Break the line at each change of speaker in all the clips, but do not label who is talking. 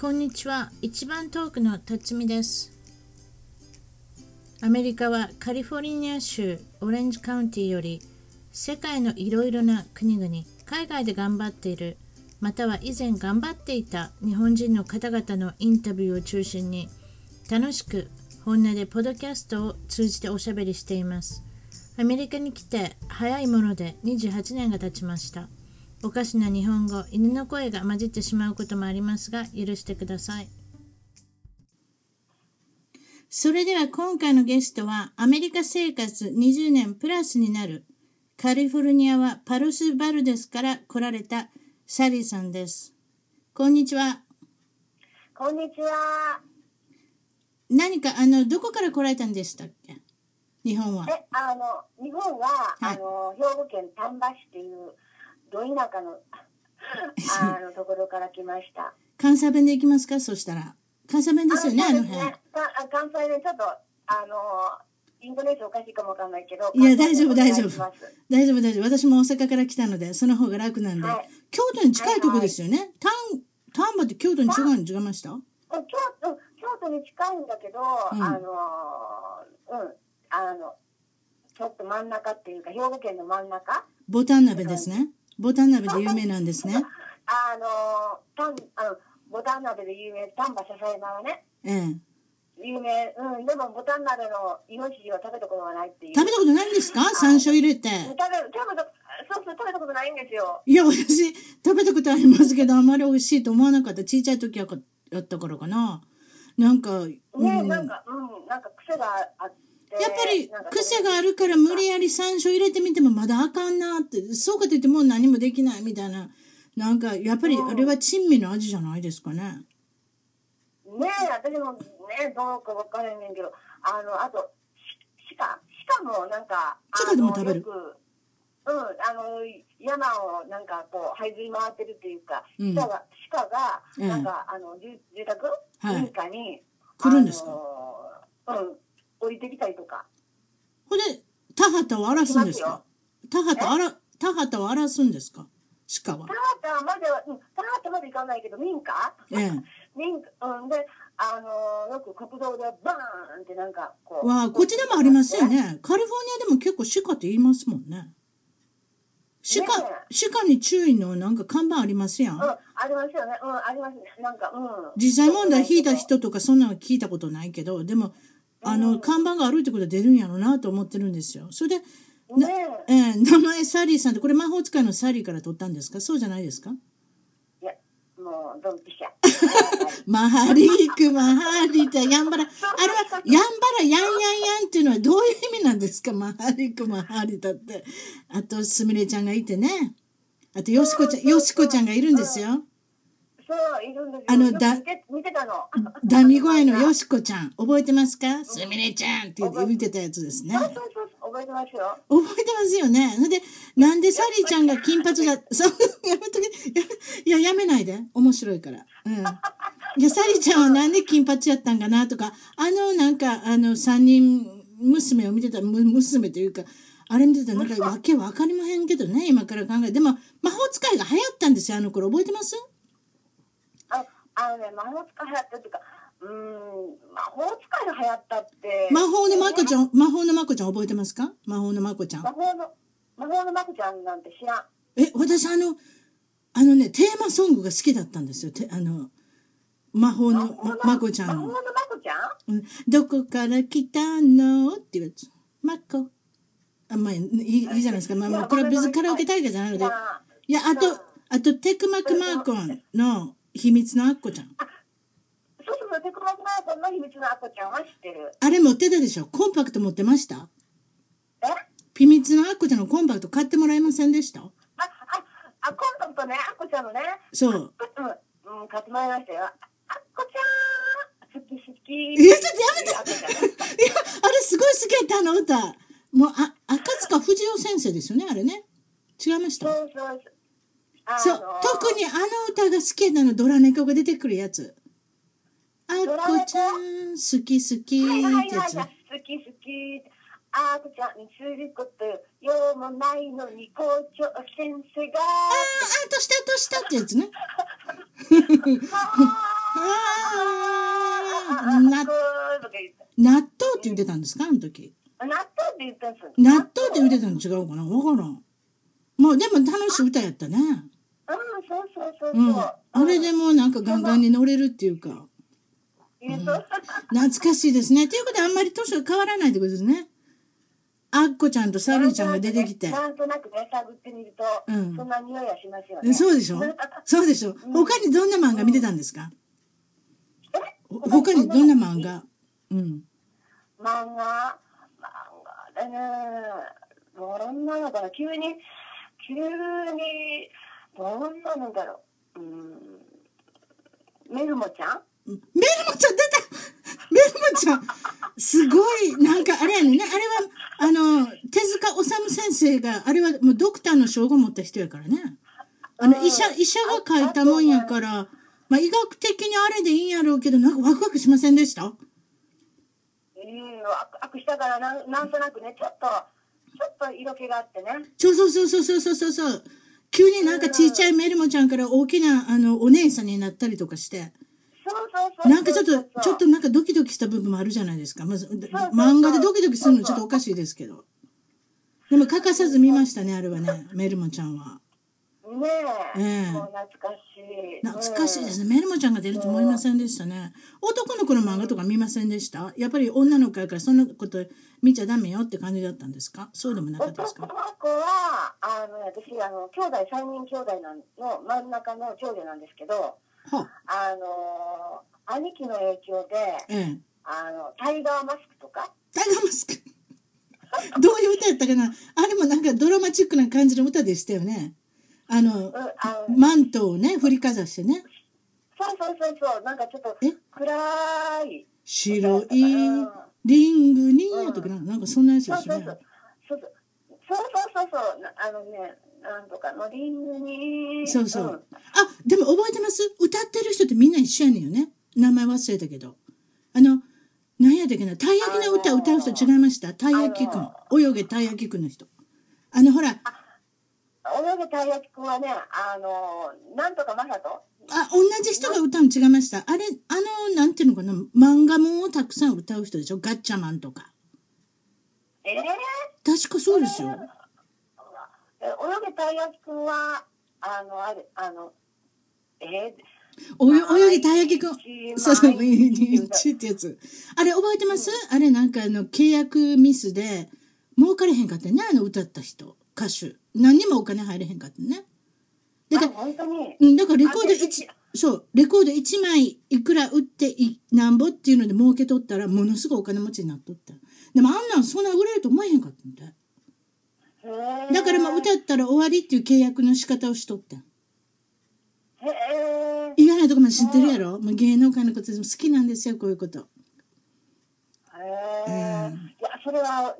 こんにちは一番トークの辰巳ですアメリカはカリフォルニア州オレンジカウンティより世界のいろいろな国々海外で頑張っているまたは以前頑張っていた日本人の方々のインタビューを中心に楽しく本音でポッドキャストを通じておしゃべりしていますアメリカに来て早いもので28年が経ちましたおかしな日本語犬の声が混じってしまうこともありますが許してくださいそれでは今回のゲストはアメリカ生活20年プラスになるカリフォルニアはパルス・バルデスから来られたサリーさんですこんにちは
こんにちは。
何かあのどこから来られたんでしたっけ日本は
え、あの、日本は、
はい
あの、兵庫県丹波市っていう、ど田 舎の、あの、ところから来ました。
関西弁で行きますかそしたら関西弁ですよねあ
そう
の
です
辺
ねか関西でちょっと、あの、インドネシアおかしいかもわかんないけど。
いや
関
大丈
西弁
夫
お願いします
大丈夫大丈夫私も大阪から来たのでその方が楽なんで、
はい
京都に近いとこですよね丹丹波って京都に違うの違いました
うん京都、京都に近いんだけど、
うん
あの、うん、あの、ちょっと真ん中っていうか、兵庫県の真ん中。
ボタン鍋ですねボタン鍋で有名なんですね
あの、丹あの、ボタン鍋で有名、丹波篠山はね。
ええ
有名、うん、でもボタン鍋のイノシシは食べたことがないっていう。
食べたことないんですか山椒入れて
食べ食べたそうそう食べたことないんですよ。
いや私食べたことありますけどあんまり美味しいと思わなかった小さい時やかやったからかななんか、うん、
ね、
や
な
っ
ん
ぱ
かうんなんか癖があって。
り
なんか
癖があるから無理やり山椒入れてみてもまだあかんなってそうかといってもう何もできないみたいななんかやっぱりあれは珍味の味じゃないですかね
ね私もねどうかわからないんだけどあのあとし鹿鹿もなんかあ
鹿で
の
も食べる
よくうんあの山をなんかこう這いずり回ってるっていうか
うん
鹿が鹿が
ええ
なんかあの住住宅
はい
民家に
来るんですか
あのうん降りてきたりとか。
ほんで田畑を荒らすんですか田畑荒ら田畑を荒らすんですか鹿は
田畑までは、うん、田畑まで行かないけど、民家
ええ
民家、うんで、あのーよく国道でバーンってなんかこう。
わあこっちでもありますよ。ねカリフォルニアでも結構鹿って言いますもんね鹿
ね
鹿に注意のなんか看板ありますやん
うん、ありますよね。うん、ありますね。なんか、うん。
実際問題引いた。人とかそんなの聞いたことないけどでもあの看板があるってことは出るんやろうなと思ってるんですよそれで、
ねえ。
えー名前サリーさんってこれ魔法使いのサリーから取ったんですかそうじゃないですか
いや、もう、ドンピシャ。
マハリークマハリーってやんばらあれはやんばらやんやんやんっていうのはどういう意味なんですかマハリークマハリーだってあとすみれちゃんがいてねあとよしこちゃんよしこちゃんがいるんですよ
そう、いるんですよ。
あの
よく
だ
見て、見てたの。
ダミ声のよしこちゃん覚えてますかすみれちゃんって言って見てたやつですね
そうそうそう、覚えてますよ。
覚えてますよね。それで、なんでサリーちゃんが金髪だ、そう、やめとけ、やめいや、やめないで。面白いから。うん。いや、サリーちゃんはなんで金髪やったんかなとか、あの、なんか、あの、三人娘を見てた、む娘というか、あれ見てたらなんか、わけわかりまへんけどね、今から考えて。でも、魔法使いが流行ったんですよ、あの頃。覚えてます
ああのね、魔法使い流行ったっていうか、うーん、魔法使いが流行ったって。
魔法のまこちゃん、魔法のまこちゃん覚えてますか魔法のまこちゃん
魔。法の、魔法のまこちゃんなんて知らん。
え私あのあのねテーマソングが好きだったんですよてあの魔法
魔
の
法
ま
の
まこちゃん
魔法の
の
まこちゃ
「
ん
うんどこから来たの?」っていうやつ「まこ」あまあいいいいじゃないですか、まあ、
いや
まあこれは
ごめん
別にカラオケ大会じゃないので
まあ
いやあとあとテクマクマーコンの「秘密のあっこちゃん
そうそう、テクマクマーコンの秘密のあこちゃんは知ってる。」
あれ持ってたでしょコンパクト持ってました
え
秘密のあっこちゃんのコンパクト買ってもらえませんでした
あ、あ、あ、コンタクトね、あこちゃんのね。
そう
うん、うん、買ってもらいましたよ。ああこちゃん好き好き。
いやちょっ
とやめて。
いや、あれすごい好きやった、あの歌。もう、あ、赤塚不二夫先生ですよね、あれね。違いました。
そうそうそう。あの
そう、特にあの歌が好きなの、ドラ猫が出てくるやつ。あっ
猫
こちゃん、好き好き
はい
っ
はい
てや
はい
つ。
はい、好き好き。あこちゃんにすることようもないのに校長先生が。
あーあ、としたとしたってやつね。
はあああああ
な
ああとか言って
納豆って言ってたんですかあの時。
納豆って言ったんですよ
納豆って言ってたの違うかなわからん。まあでも楽しい歌やったね。
うんそうそうそうそう、
うん。あれでもなんかガンガンに乗れるっていうか。
言うと、
懐かしいですね。ということであんまり年は変わらないってことですね。あっこちゃんとサルーちゃんが出てきて。
なんとなくね、探ってみると、
うん
そんな匂いはしますよ
え
ね。
そうで しょそうでしょ他にどんな漫画見てたんですかほ他にどんな漫画うん。
漫画、漫画だね。どんなのかな急に、急に、どんなのだろう。うん。メルモちゃん
メルモちゃん出たメルモちゃんすごいなんかあれやねんねあれはあの手塚治虫先生があれはもうドクターの称号持った人やからねあの
うん
医者医者が書いたもんやから、まあ、医学的にあれでいいんやろうけどなんかワクワクしませんでした
うん、悪悪したからなん、なんとなくね、ちょっと、ちょっと色気があってね。
そうそうそうそうそうそうそうそう急になんかちっちゃいメルモちゃんから大きなあのお姉さんになったりとかして
そうそうそうそうそう。
なんかちょっとちょっとなんかドキドキした部分もあるじゃないですか、まず、
そう
漫画でドキドキするのちょっとおかしいですけどでも欠かさず見ましたねあれはねメルモちゃんは
ねえ。
ええ
もう懐かしい。。
懐かしいですすねメルモちゃんが出ると思いませんでしたね男の子の漫画とか見ませんでしたやっぱり女の子やからそんなこと見ちゃダメよって感じだったんですかそうでもなかったです
男
か
の子は、あの、私、あの、兄弟、三人兄弟なんの真ん中の長女なんですけど、
はあ
あのー兄貴の影響で、
ええ
あの、タイガーマスクとか、
タイガーマスク どういう歌やったかなあれもなんかドラマチックな感じの歌でしたよねあの
うん、あの、
マントをね振りかざしてね
そうそうそうそう、なんかちょっと
え
暗い、
白いリングにやとかななんかそんなやつ
そ
で
う
す
そう
よね
そう、そうそうそうそうそうそう、なあのね、なんとかのリングに、
そうそうんあでも覚えてます歌ってる人ってみんな一緒やねんよね名前忘れたけどあの何やったっけなたい焼きの歌歌う人違いましたたい焼きくん泳げたい焼きくんの人あのほら
泳ぐたい焼きくんはね、あのーなんとかまさと、
あ同じ人が歌うの違いましたあれあのなんていうのかな漫画もんをたくさん歌う人でしょガッチャマンとか
えー、
確かそうですよ
え泳げたい焼きくんは、あの、あれ、あの、えー、
およ泳ぎたい焼きくん
一
そうそう、
枚
VH ってやつ。あれ覚えてます、あれなんかあの契約ミスで儲かれへんかったね、あの歌った人、歌手。何にもお金入れへんかったね。だか
あ本当に。
ら、うん、だからレコード
あで
一、そう、レコード1枚いくら売っていなんぼっていうので儲けとったら、ものすごいお金持ちになっとった。でもあんなんそんな売れると思えへんかったんだ。
へー
だからまあ歌ったら終わりっていう契約の仕方をしとった。
へえ。
意外なとこまで知ってるやろもう芸能界のことでも好きなんですよ、こういうこと。
へ
う
え。
ん
いや、それは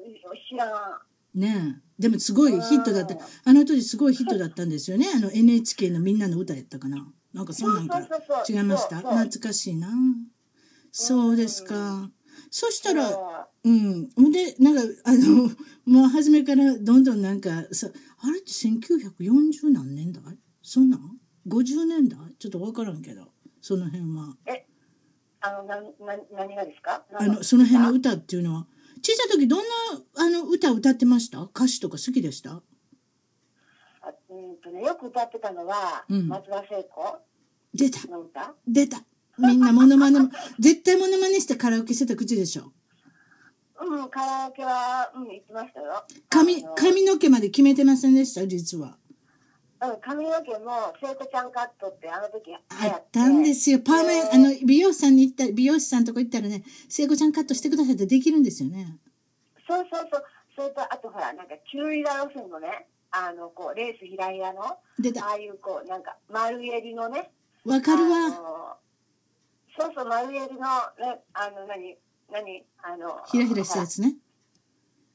知らん。
ねえでもすごいヒットだった
うん
あの当時すごいヒットだったんですよねあの NHK の「みんなの歌」やったかななんかそんなんから
そうそうそうそう
違いました
そうそう
懐かしいなそうですかそしたら
うん
うんほんでなんかあの もう初めからどんどんなんかさあれって1940何年代そんなん50年代ちょっと分からんけどその辺は
あの、なん、な、何がですか。
あのその辺の
の。
歌っていうのは小さい時どんなあの歌歌ってました歌詞とか好きでした
あうんとね、よく歌ってたのは、
うん
松田聖子
出た
の歌。
出たみんなモノマネも絶対モノマネしてカラオケしてた口でしょ
うん、カラオケは、うん、行きましたよ。
髪
あの
髪の毛まで決めてませんでした実は
うん、髪の毛も、聖子ちゃんカットって、あの時流行って。
あったんですよパーマ
ね
あの美容師さんに行った美容師さんとこ行ったらね聖子ちゃんカットしてくださいってできるんですよね
そうそうそう。それと、あと、ほら、なんか、キュウリラ路線のね。あの、こう、レースひらひらの。あ
出た
あいう、こう、なんか、丸襟のね。
わかる
あ
わ
のそうそう、丸襟の、ね、あの、何、何、あの、
ひらひらしたやつね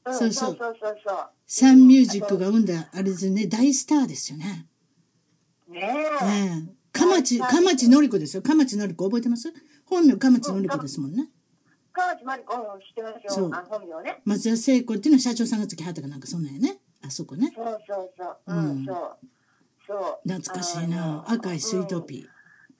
うん
そ
そうう
そ
そううそうそう。
サンミュージックが生んだあれですよね大スターですよね
ねえ。
ねえ蒲町蒲町のり子ですよ蒲町のり子覚えてます本名蒲町のり子ですもんね
川内まり子うん知ってます
そ
よ
う。
あの本名ね。
松田聖子っていうのは社長さんが付きはったかなんかそんなんやねあそこね
そうそうそう。
う
うんん、そう。そう。
懐かしいな
あの
赤いスイートピー、
うん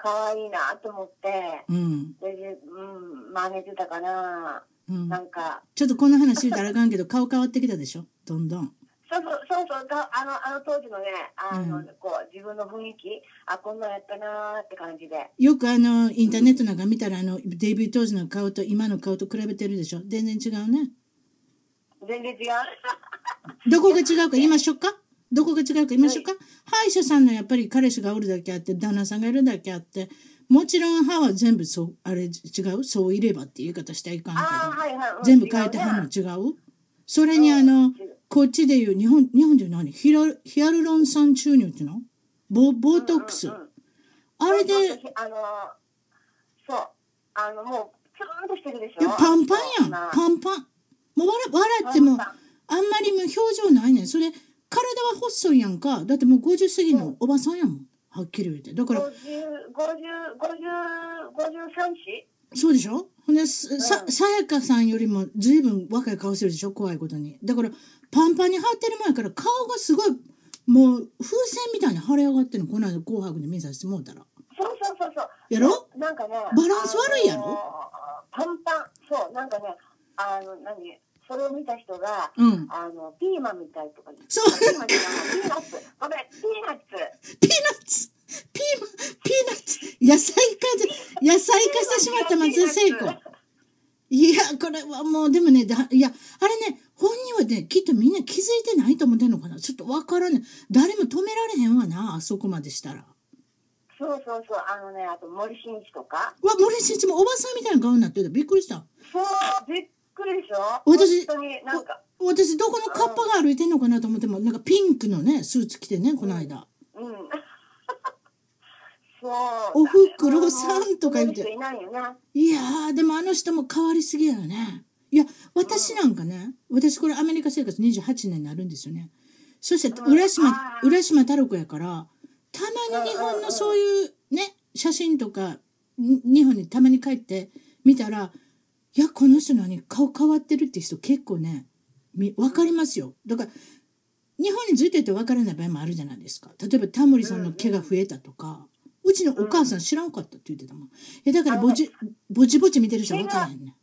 可愛いなと思って、
うん。
で、じうん、真似てたから、
うん
な。んか、
ちょっとこんな話言うたらあかんけど、顔変わってきたでしょどんどん。
そうそうそうそうだあの、あの当時のね、あの、
うん
こう、自分の雰囲気、あ、こんなんやったなーって感じで。
よくあの、インターネットなんか見たら、あの、デビュー当時の顔と今の顔と比べてるでしょ全然違うね。
全 然違う。
どこが違うか言いましょうかどこが違うか言いましょうか、歯医者さんのやっぱり彼氏がおるだけあって、旦那さんがいるだけあって、もちろん歯は全部そう、あれ違うそういればっていう言い方してはいかんけど。
ああ、はいはい。うん
全部変えて歯も
違うね
違うそれにあの、こっちで言う、日本、日本で言う何ヒラヒアルロン酸注入っていうのボボートックス。
うんうんうん
あれで、
そうそうあの、そう。あの、もう、つるんとしてるでし
いや
ょ。
パンパンやん
そな
パンパンもう笑笑ってもあん
パ
ま
ンパン
りもう表情ないねんそれ体は細いやんかだってもう50過ぎのおばさんやもんはっきり言ってだから
50、50、50、53子
そうでしょほんでさささやかさんよりも随分若い顔してるでしょ怖いことにだからパンパンに張ってるもんやから顔がすごいもう風船みたいに腫れ上がってるのこの間「紅白」で見させてもうたら
そうそうそうそう。
やろ
なんかね。
バランス悪いやろ
あのーパンパン。そう、なんかね、あの、何それを見た人が、
うん
あの、ピーマンみたいとか言って
そう
ピーマンじゃないピーナッツ。ごめん、ピーナッツ。
ピーナッツピーマンピーナッツ野菜化で野菜化してしまった松田聖子いやこれはもうでもねだいやあれね本人はねきっとみんな気づいてないと思ってんのかなちょっとわからない誰も止められへんわなあそこまでしたら。
そうそうそう、あのね、あと森進一とか。
うわ森進一もおばさんみたいな顔になってたびっくりした
そう、びっくりでしょ
私
本当になんか、
お私どこのカッパが歩いてんのかなと思ってもなんかピンクのねスーツ着てねこの間、
うん。そう。
おふくろさんとか言
言
うて
いないよね。
いやーでもあの人も変わりすぎやよねいや私なんかね、私これアメリカ生活28年になるんですよねそして
うん
浦島、
あー
浦島太郎子やからたまに日本のそういうね写真とかに日本にたまに帰って見たらいやこの人何顔変わってるって人結構ねみ分かりますよだから日本にずっといて分からない場合もあるじゃないですか例えばタモリさんの毛が増えたとか、うちのお母さん知らんかったって言ってたもんいやだからぼちぼちぼち見てる人は分からへんね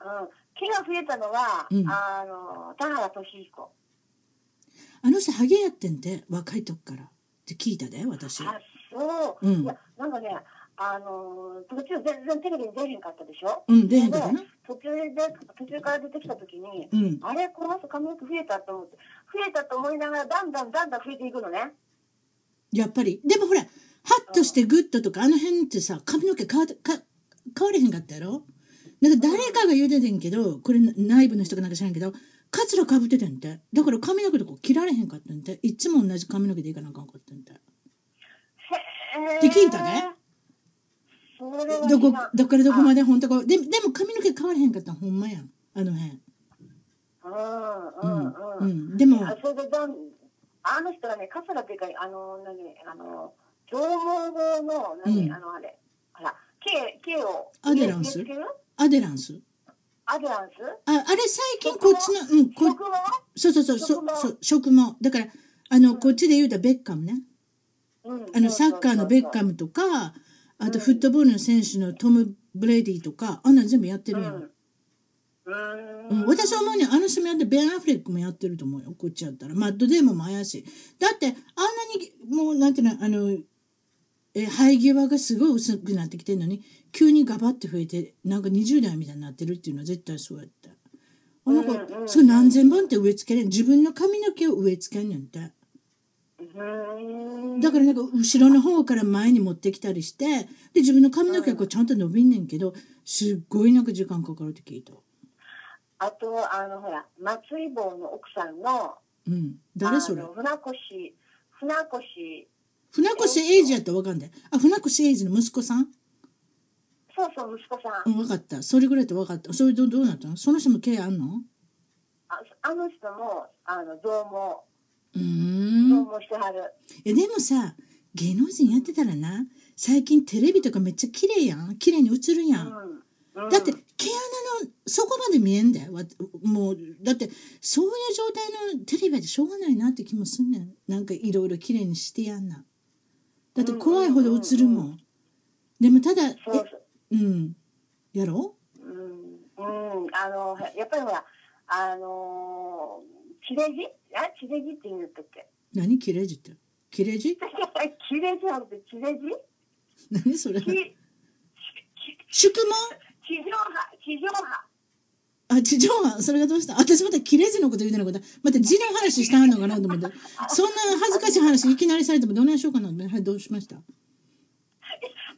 うん。毛が増えたのは、
うん
あの、田原俊彦。
あの人ハゲやってんて若い時からって聞いたで私
あ、そう。
うん
いや、なんかね、あのー途中全然テレビに出へんかったでしょ
うん出へんかったな
で途中で、途中から出てきたときに、
うん
あれ、この人髪の毛増えたと思って、増えたと思いながら、だんだんだんだん増えていくのね。
やっぱりでもほらハッとしてグッととかあの辺ってさ髪の毛変わってか変われへんかったやろなんか誰かが言うててんけどこれな内部の人かなんか知らんけどカツラかぶっててんてだから髪の毛とか切られへんかったんていつも同じ髪の毛でいかなあかんかったんて
へー
って聞いたね。
それは
どこ
知らん
どっからどこまで本当かででも髪の毛変われへんかったんほんまやんあの辺
う
うん
うんん
う
うん。
んでも
あそれでだん、あの人がね、カツラというか、あの、何、あの、上毛の、何、
うん
あの、あれ、ほら、K、K を、
アデランス
K
アデランス
アデランス
ああれ最近こっちのうんこ
僕は
そうそうそうそ
食毛
そう食毛だからあのこっちで言うたらベッカムねあのサッカーのベッカ
ム
ムとかあと
うん
フットボールの選手のトム・ブレイディとかあんなん全部やってるやん、
う
うんん、私は思うにあの人もやってベン・アフレックもやってると思うよこっちやったらマッド・デーモンも怪しいだってあんなにもうなんていうのあのえ生え際がすごい薄くなってきてるのに急にガバッて増えてなんか20代みたいになってるっていうのは絶対そうやってあの子、
うんうんうん
それ何千本って植え付けれん自分の髪の毛を植え付けんねんて。
うん
だからなんか後ろの方から前に持ってきたりしてで自分の髪の毛がこうちゃんと伸びんねんけどすっごいなんか時間かかるって聞いた。
あとあのほら松井坊の奥さんの
うん、誰それ
あの船越船越
船越英二やったらわかんない。あ船越英二の息子さん、
そうそう息子さ
う
ん、
ん、分かったそれぐらいと分かったそれどどうなったのその人も毛あんの
ああの人もあの増
う
毛
ーん
増毛してはる、
いやでもさ芸能人やってたらな最近テレビとかめっちゃ綺麗やん綺麗に映るやん。
うんうん、
だって毛穴のそこまで見えんだよわもうだってそういう状態のテレビでしょうがないなって気もすんねんなんかいろいろきれいにしてやんなだって怖いほど映るもん,、
うんう
でもただ、え
そうそう
うん。やろ
うん、うん、あのやっぱりほらあのー切れ字あ切れ字って言うんだったっけ
う何切れ字って。切れ字
切れ字なんて切れ字
何それ
きき
宿
地上波地上波
問あ、地上波。それがどうした私また切れ字のこと言うてなかった。また字の話したんのかなと思って。そんな恥ずかしい話いきなりされてもどないしようかなと思ってはい、どうしました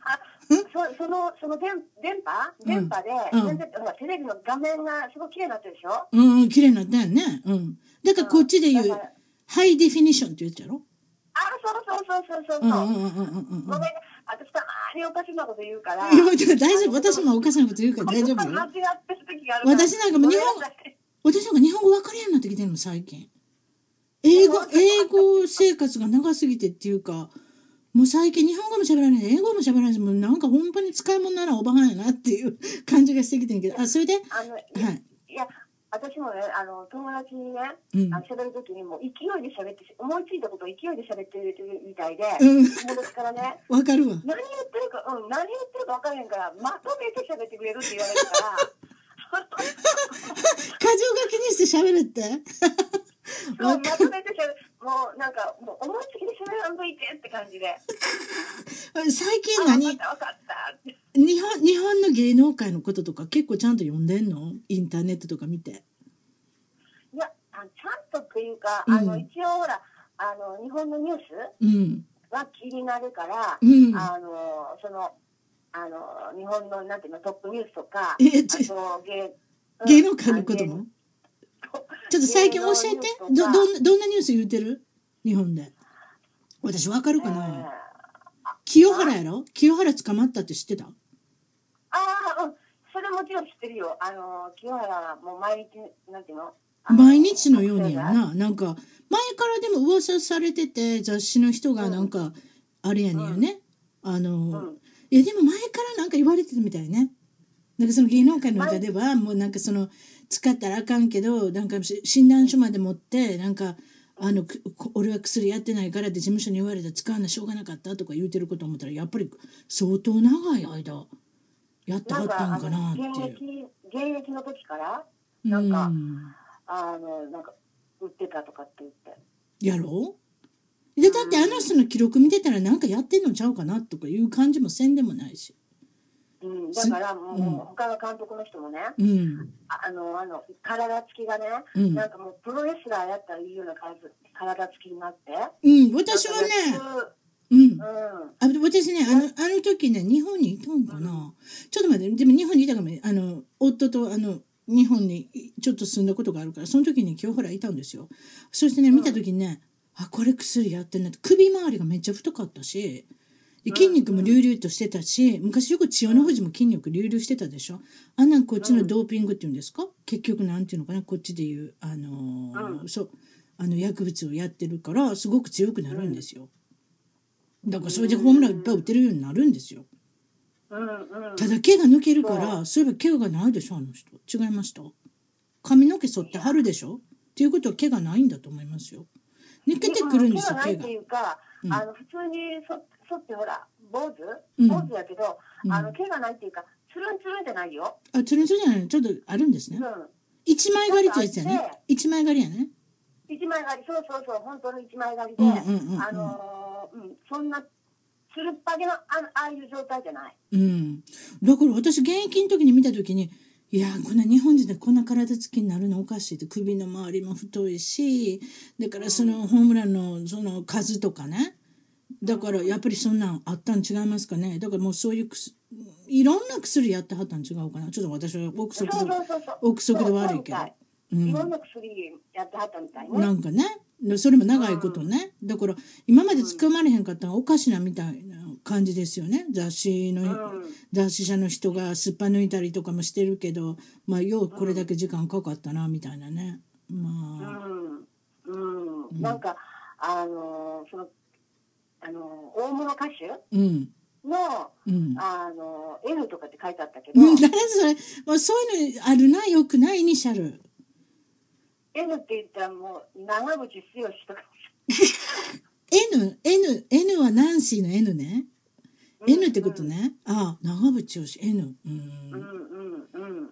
あそそのその電電波電波で、
うん
全然ほらテレビの画面がすごい綺麗になってるでしょ
うんうん、綺麗になったよね。うん。だからこっちで言
うん
う
だから、
ハイディフィニッションって言っちゃろ
あそうそうそうそうそう
うんう
そ
ん
う、
うんうんうんうん。
ごめん私たまにおかしなこと言うから
いや、だから大丈夫。私もおかしなこと言うから大丈夫よ
間違。ってる時があるから
私なんかもう日
ごめ
本
なさい、
私なんか日本語分かるようになってきてるの、最近。英語
そう、
英語生活が長すぎてっていうか、もう最近日本語も喋らないで、英語も喋らないし、もうなんか本当に使い物ならおばはんやなっていう感じがしてきてんけど、あ、それで、は
あのい
い。
や私もねあの友達にね、
うん
あの喋る時にもう勢いで喋って思いついたことを勢いで喋ってるみたいで、
うん
友達からね
わかるわ。
何言ってるか、うん、何言ってるか分からへんから、まとめて喋ってくれるって言われるから、
過剰書きにして喋るって。
そうまとめて喋る、もうなんか、もう思いつきで喋らんといてって感じで、
最近
あ、
何
分かった、分かったって。
日本、日本の芸能界のこととか結構ちゃんと読んでんのインターネットとか見て。
いや、あのちゃんとっていうか、
うん
あの、一応ほら、あの、日本のニュース
うん。
は気になるから、
うん。
あの、その、あの、日本の、なんていうの、トップニュースとか、
え
あ
ち
と、芸、うん
芸能界のこと
あ
も
芸
ちょっと最近教えて。ど、どん
芸能ニュースとか
な、どんなニュース言うてる日本で。私わかるか
えー
な清原やろ清原捕まったって知ってた
ああ、うん。それもちろん知ってるよ。あの、清原はもう毎日、なんていうのあの
毎日のようにや
学生が
な。なんか、前からでも噂されてて、雑誌の人がなんか、あれやねんよね。あ
う
の
ん、
いやでも前からなんか言われてたみたいね。なんかその芸能界の中では、もうなんかその、使ったらあかんけど、なんかし診断書まで持って、なんか、あの、くこ俺は薬やってないからって事務所に言われたら使うのしょうがなかったとか言うてること思ったら、やっぱり相当長い間、やっては
な
っ
ん
た
か、
んか
あ
な
の
って
現
いう。
役、現役の時から、
う
なんか
ん。
あの、なんか、売ってたとかって言って。
やろうでだってあの人の記録見てたらなんかやってんのちゃうかなとかいう感じもせんでもないし。
うん、だから、
うん
もう、他の監督の人もね、
うん。
ああの、あの、体つきがね、
うん
なんかもう、プロレスラーやったらいいような感じ体つきになって。
うん、私は
なん
ね、
かね
うん。あ
うん。
私ね、あの、あの時ね、日本にいたんかな。ちょっと待って、でも日本にいたかも、あの、夫と、あの、日本にちょっと住んだことがあるから、その時に清原いたんですよ。そしてね、見た時にね、あ、これ薬やってんなって、首周りがめっちゃ太かったし、で筋肉も隆々としてたし、昔よく千代の富士も筋肉隆々してたでしょ。あんなんこっちのドーピングっていうんですか、結局なんていうのかなこっちでいう、あのー
う
そうあの薬物をやってるからすごく強くなるんですよ。だからそれでホームランいっぱい打てるようになるんですよ。
うん、うん。
ただ毛が抜けるか
う
ら、そういえば毛がないでしょ、あの人。違いました。髪の毛剃ってはるでしょっていうことは毛がないんだと思いますよ。抜けてくるんですよ、
手
毛
がないっ
が
て。いうか、
うん
あの普通にそ剃ってほら坊主
うん
坊主やけど、
うん
あの毛がないっていうかつるんつるんじゃないよ。
あ、つるんつるんじゃないのちょっとあるんですね
うん。。
一枚刈りってやつや
なんか
ね
あって。
一枚刈りやね。
一枚刈りそうそうそう本当の一枚刈りで、
うんうんうんうん
あのーうんそんなつるっぱげのあのああいう状態じゃない。
うん。だから私現役の時に見た時に、いやーこんな日本人でこんな体つきになるのおかしいって首の周りも太いしだからそのホームランのその数とかねだからやっぱりそんなんあったん違いますかねだからもうそういうくすいろんな薬やってはったん違うかなちょっと私は憶
そう
測
そう
で
そうそう。
憶測で悪いけど
そう
う
みたいいろん
ん、
な薬やってはったみたい
な
ね。
んかねでそれも長いことねだから今まで捕まれへんかったのはおかしなみたいな感じですよね雑誌の
うん
雑誌社の人がすっぱ抜いたりとかもしてるけど、まあ、ようこれだけ時間かかったなみたいなね。
う
まあ、
んうんなんかあのーそのあのー大物歌手
うん、
の
うん。
あの N とかって書いてあったけど、
うん、誰それ、まあ、そういうのあるな、よくない、イニシャル。
N って言ったらもう長渕剛とか、
N、N、N はナンシーの N ね。 N ってことね。ああ、長渕剛 N。うん
うんうんうん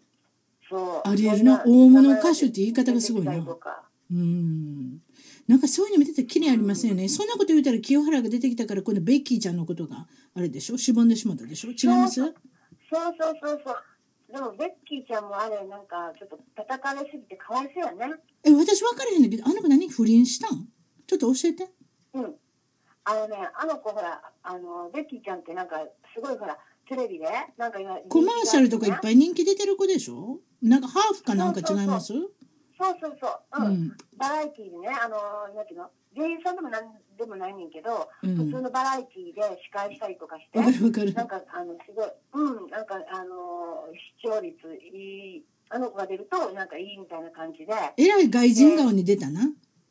そう
ありえるな大物歌手って言い方がすごいな
出てきたりとか
うんなんかそういうの見てたらきりありますよね。そんなこと言うたら清原が出てきたからこのベッキーちゃんのことがあれでしょしぼんでしまったでしょ違います
そうそうそうそうそうでもベッキーちゃんもあれなんかちょっと叩かれすぎてかわいそうやね
え私分からへんねんけどあの子何不倫したんちょっと教えて。
うんあのねあの子ほらあのベッキーちゃんってなんかすごいほらテレビでなんか今
コマーシャルとかいっぱ
い
い人気出てる子でしょなんかハーフかなんか違います
そうそうそう
う
うん、
ん
バラエティーでねあのなんていうの芸人さんでもなんでもないねんけど、
うん
普通のバラエティーで司会したりとかして
わかるわかる
なんかあのすごい、うん、なんかあの視聴率いい、あの子が出るとなんかいいみたいな感じで、
えらい外人顔に出たな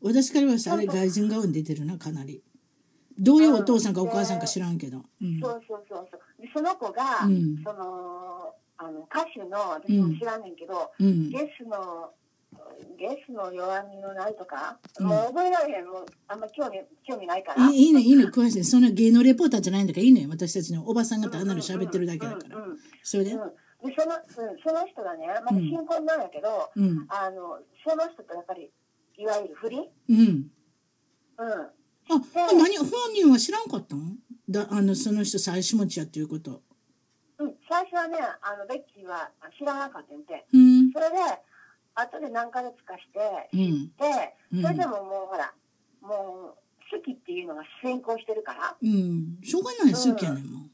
私から言わせたらあれ外人顔に出てるなかなりどういうお父さんかお母さんか知らんけど、うん、
そうそうそうそう、でその子が、
うん
そのあの歌手の私も知らんねんけど、
うん
ゲスのゲスの弱みのなんとか、
うん
もう覚えられへん、もうあんま興味興味ないから。
いいいいねいいね詳しいそんな芸能レポーターじゃないんだからいいね私たちのおばさんがただの喋ってるだけだか
うん
ら
うんうんうん
それで
うんでその、うん、その人がね、まだ新婚なんやけど、
うん
あのその人とやっぱりいわゆる不倫、
うん
うん、
ああ何本人は知らんかったんだあのその人妻子持ちやっていうこと
うん、最初はね、あのベッキーは知らなかったんで、
うん
それで、後で何ヶ月かして、
うんうん
で、それでももうほら、もう、好きっていうのが先行してるから。
うんしょうがない好きやねんもん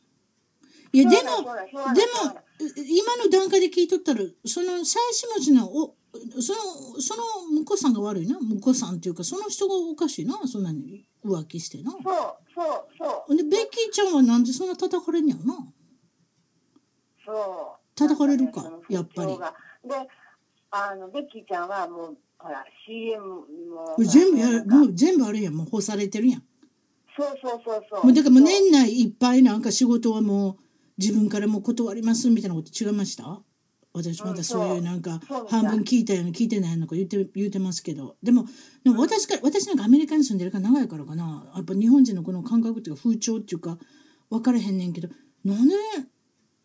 いやでも
そうなん、
で
そうなんそう
も今の段階で聞いとったらその妻子持ちのおそのその婿さんが悪いな婿さんっていうかその人がおかしいなそんなに浮気してな
なんそう、そう、そう、
ほんでベッキーちゃんはなんでそんな叩かれんねやろな
そう。
叩かれるか
なんね
やっぱり
その不調がで、あの、ベッキーちゃんはもう、ほら、CM も
こ。れ全部や
な
る
んか
もう全部あれやんもう干されてるやん
そうそうそうそう。
もうだからもう
そう
年内いっぱいなんか仕事はもう自分からもう断りますみたいなこと違いました私まだそういうなんか
そうみたい
半分聞いたような聞いてないようなこと言って言ってますけどでもなんか私から私なんかアメリカに住んでるから長いからかなやっぱ日本人のこの感覚っていうか風潮っていうか分からへんねんけどなんで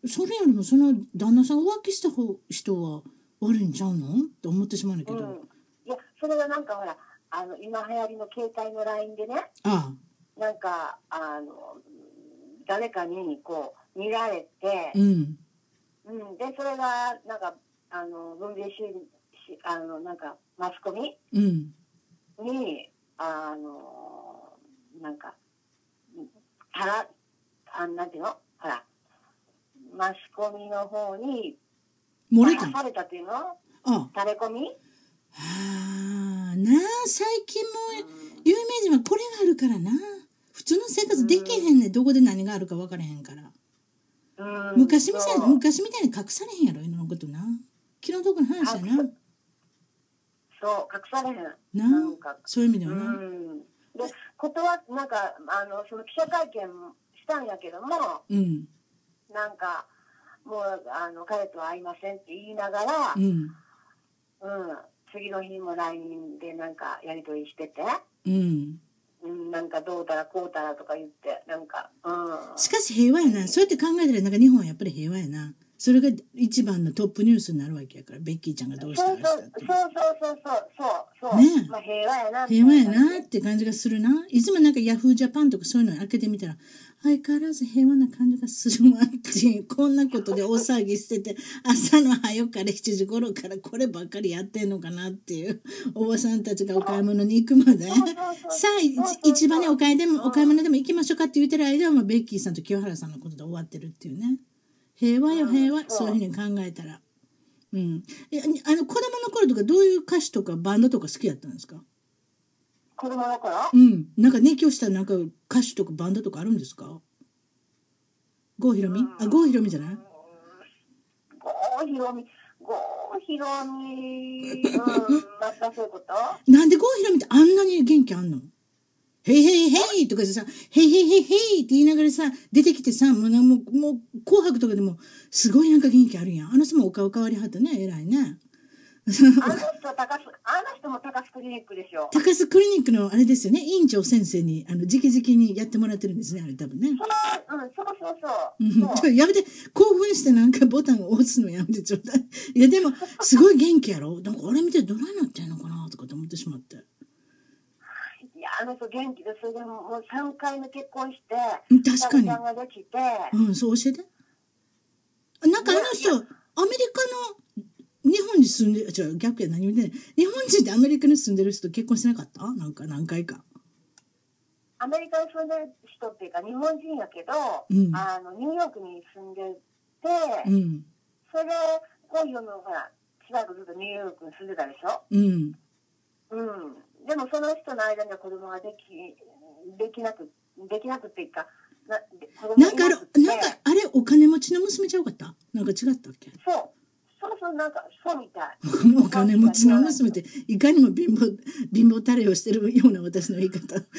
それよりもその旦那さん浮気した方人は悪いんちゃうのって思ってしまうんだけど、
うん。いや、それがなんかほら、あの、今流行りの携帯の LINE でね、
あ
なんかあの誰かにこう見られ
あ
て、
うん
うんでそれがなんかあの文藝春しあのなんかマスコミ
うん
にあのなんかたらあなんていうのほらマスコミの方に
漏れたのあ
されたっていうの
あ
垂れ込み、
はあなあ最近も
う
有名人はこれがあるからな普通の生活できへんねんどこで何があるか分からへんから
んうん
昔みたい
そう
昔みたいに隠されへんやろ今のことな昨日どこの話やな
そう隠されへん
なあ
なんか
そういう意味では
う
な、
んで断っなんかあのその記者会見したんやけども
うん
なんかもうあの彼とは会いませんって言いながら
う、ん
うん次の日も LINE でなんかやり取りしてて、
うん
うん、なんかどうたらこうたらとか言ってなんか、うん、
しかし平和やなそうやって考えたらなんか日本はやっぱり平和やなそれが一番のトップニュースになるわけやからベッキーちゃんがどうした
そう
らし
そ
たっ
う
て
そうそうそうそうそう、
ねえ
まあ、平和やな
平和や
みた
ないって感じがするないつもなんかヤフージャパンとかそういうの開けてみたら相変わらず平和な感じがするわっていうこんなことで大騒ぎしてて朝の早から7時頃からこればっかりやってんのかなっていうおばさんたちがお買い物に行くまで
そうそうそう
さあい
そうそうそう
市場にお買いで
うん
もお買い物でも行きましょうかって言ってる間はもうベッキーさんと清原さんのことで終わってるっていうね平和よ
うん
平和そ
そ
うういうふうに考えたら。うん、えあの子供の頃とかどういう歌手とかバンドとか好きやったんですか
子供の頃
うん、なんか熱狂したなんか歌手とかバンドとかあるんですか。郷ひろみ、あ、郷ひろみじゃない。
郷ひろみ郷ひろ みうんまたそういうこと
なんで郷ひろみってあんなに元気あんの。ヘイヘイヘイとかでさ、ヘイヘイヘイヘイって言いながらさ、出てきてさ、もうなんもう、もう紅白とかでも。すごいなんか元気あるやん、あの人もお顔変わりはったね、偉いね。
あの人高須、あの人も高須クリニックでしょ。
高須クリニックのあれですよね院長先生にあの直々にやってもらってるんですねあれ多分ね。
そう、うん、そうそう
うん ち
そ
ょ
う。
っ
そ
と
う
やめて興奮してなんかボタンを押すのやめてちょうだい いやでもすごい元気やろなんかあれ見てどないなってんのかなとかと思ってしまって
いや、あの人元気で、それでももう3回目結婚して、
うん確かに
旦那さんができて、
うんそう教えてあなんかあの人アメリカの日本に住んでじゃ逆や何見てない日本人ってアメリカに住んでる人と結婚してなかったなんか何回か
アメリカに住んでる人っていうか、日本人やけど、
うん
あの、ニューヨークに住んで
う
て、
ん
それで、こういうのが、しばらくずっとニューヨークに住んでたでしょ。
うん
うん。でも、その人の間には子供ができ、できなく、できなくっていうか、なで子供が
なん
い
かあれ
くて
なんかあれお金持ちの娘ちゃうかったなんか違ったっけ
そう。そうそう、なんか、そうみたい。
お金持ちの娘っていかにも貧乏貧乏タレをしてるような私の言い方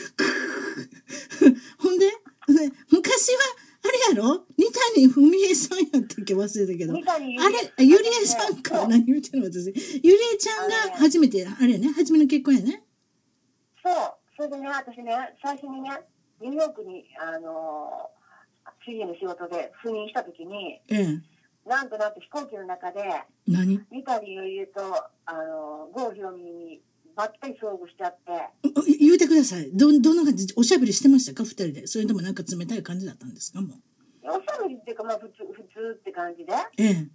ほんでね昔はあれやろ二谷文江さんやったっけ忘れたけど
三谷
あれあゆりえさんか
そう
何言ってるの私ゆりえちゃん
あれ
が初めてあれやね初めの結婚やね
そう。それでね、私ね、最初にね、ニューヨークに、あのー、主人の仕事で赴任した時に、
ええ
なんとなく飛行機の中で、
何
三谷由悠と、あのー、郷ひろみにばったり遭遇しちゃって、
うう言うてくださいどどんな感じおしゃべりしてましたか二人でそれともなんか冷たい感じだったんですかもう
おしゃべりっていうか、まあ、普通、普通って感じで、
ええ
で、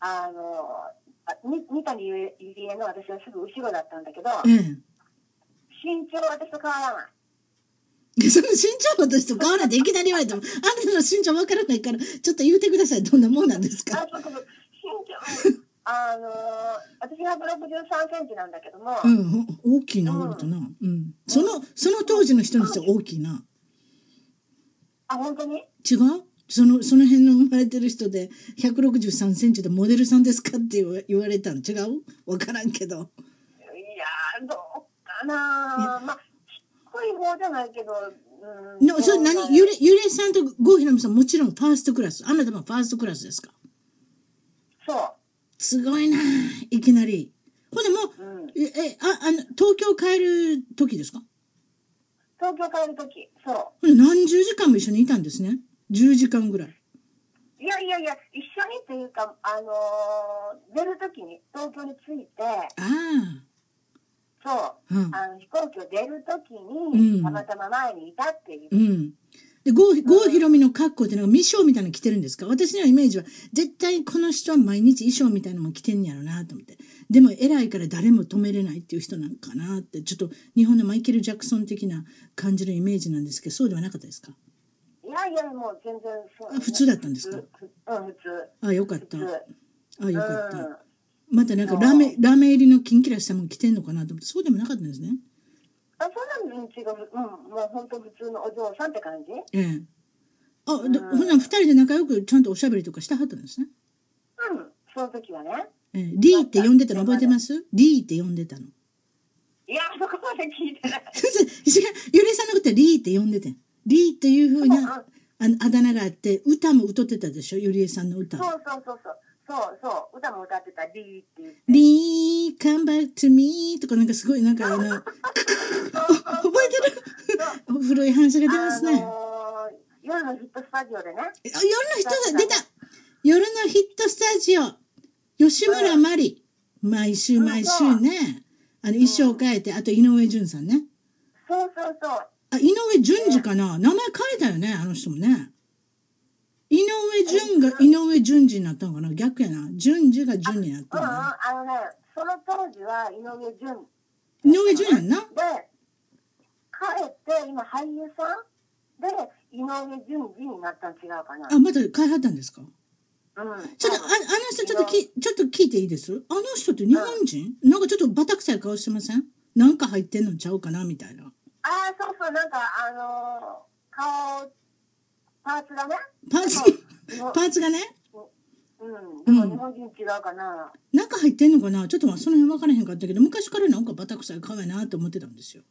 あのー、あに三谷由悠の私はすぐ後ろだったんだけど、
ええ
身長は私と変わらない。
で その身長私と変わらんっていきなり言われても、あんたの身長わからないから、ちょっと言うてください。どんなもんなんです
あ
か
そうそうそう身長あのー私が163センチなんだけども、
うん、お大きいな、割とな。うん。その、その当時の人にしては大きいな。
あ本当に
違うその、その辺の生まれてる人で、163センチでモデルさんですかって言わ言われたの違うわからんけど。
いやーどうかなーまあ低い方じゃないけど、うん、
の、それ何ゆれ、ゆれさんと郷ひろみさんもちろんファーストクラス。あなたもファーストクラスですか
そ
すごいなあいきなり。ほんでも
う、うん、
う、え、えあ、あの、東京帰る時ですか
東京帰る時そ
ほんで何十時間も一緒にいたんですね。10時間ぐらい。
ういやいやいや一緒にっていうかあのー出る時に東京に着いて
あ
そう
あ。うん。
あの飛行機を出る時に、
うん
たまたま前にいたっていう、
うん。で、郷ひ郷ひろみの格好ってなんか未章みたいなの着てるんですか私のイメージは、絶対この人は毎日衣装みたいなのも着てんやろうなと思って。でも偉いから誰も止めれないっていう人なんかなって、ちょっと日本のマイケル・ジャクソン的な感じのイメージなんですけど、そうではなかったですか
いやいやもう全然そう、
あ普通だったんですか
普通うん普通
あ、よかっ
普
た
通。
あ、よかっ
う
た。
ん
またなんかラメ、ラメ入りのキンキラしたもん着てんのかなと思って、そうでもなかったんですね。
あそんなの違う、うん、もう本当普通のお嬢さんって感じう
ええ。あ、で
うん
ほんなら二人で仲良くちゃんとおしゃべりとかしてはったんですね。
ん、その時はね。
ええ、D って呼んでたの覚えてます ?D って呼んでたの。
いや、そこまで聞いてな
違
い。
う、ゆりえさんのことはリーって呼んでてん。リーというふうな
う
あのあだ名があって、歌も歌ってたでしょゆりえさんの歌
ん。そうそうそうそう。そうそう。歌も歌ってた、リーっていう。
リー、come back to me とかなんかすごいなん かあの、覚 えてる 古い話が出ますね。
あのー夜のヒットスタジオでね。
あ夜のヒットだ出た夜のヒットスタジオ吉村麻里毎週毎週ねあの衣装変えてあと井上順さんね
そうそうそう。
あ井上順次かな名前変えたよねあの人もね井上順が井上順次になったのかな逆やな順次が順になっ
うんうん、
た
あのね、その当時は井上順
の井上順やんな
で、帰って、今俳優さんで、井上順次になったん違うかな。
あまた変えはったんですか
うん。
ちょっとああの人ちょっときちょっと聞いていいですあの人って日本人なんかちょっとバタ臭い顔してませんなんか入ってんのちゃうかなみたいな
ああ、そうそう、なんか、あのー顔、パーツがね、
パーツ
そう日本
パーツがね
うん、
う
で
ん
も日本人違うかな。
中入ってんのかなちょっとまあその辺分からへんかったけど昔からなんかバタ臭い可愛いなと思ってたんですよ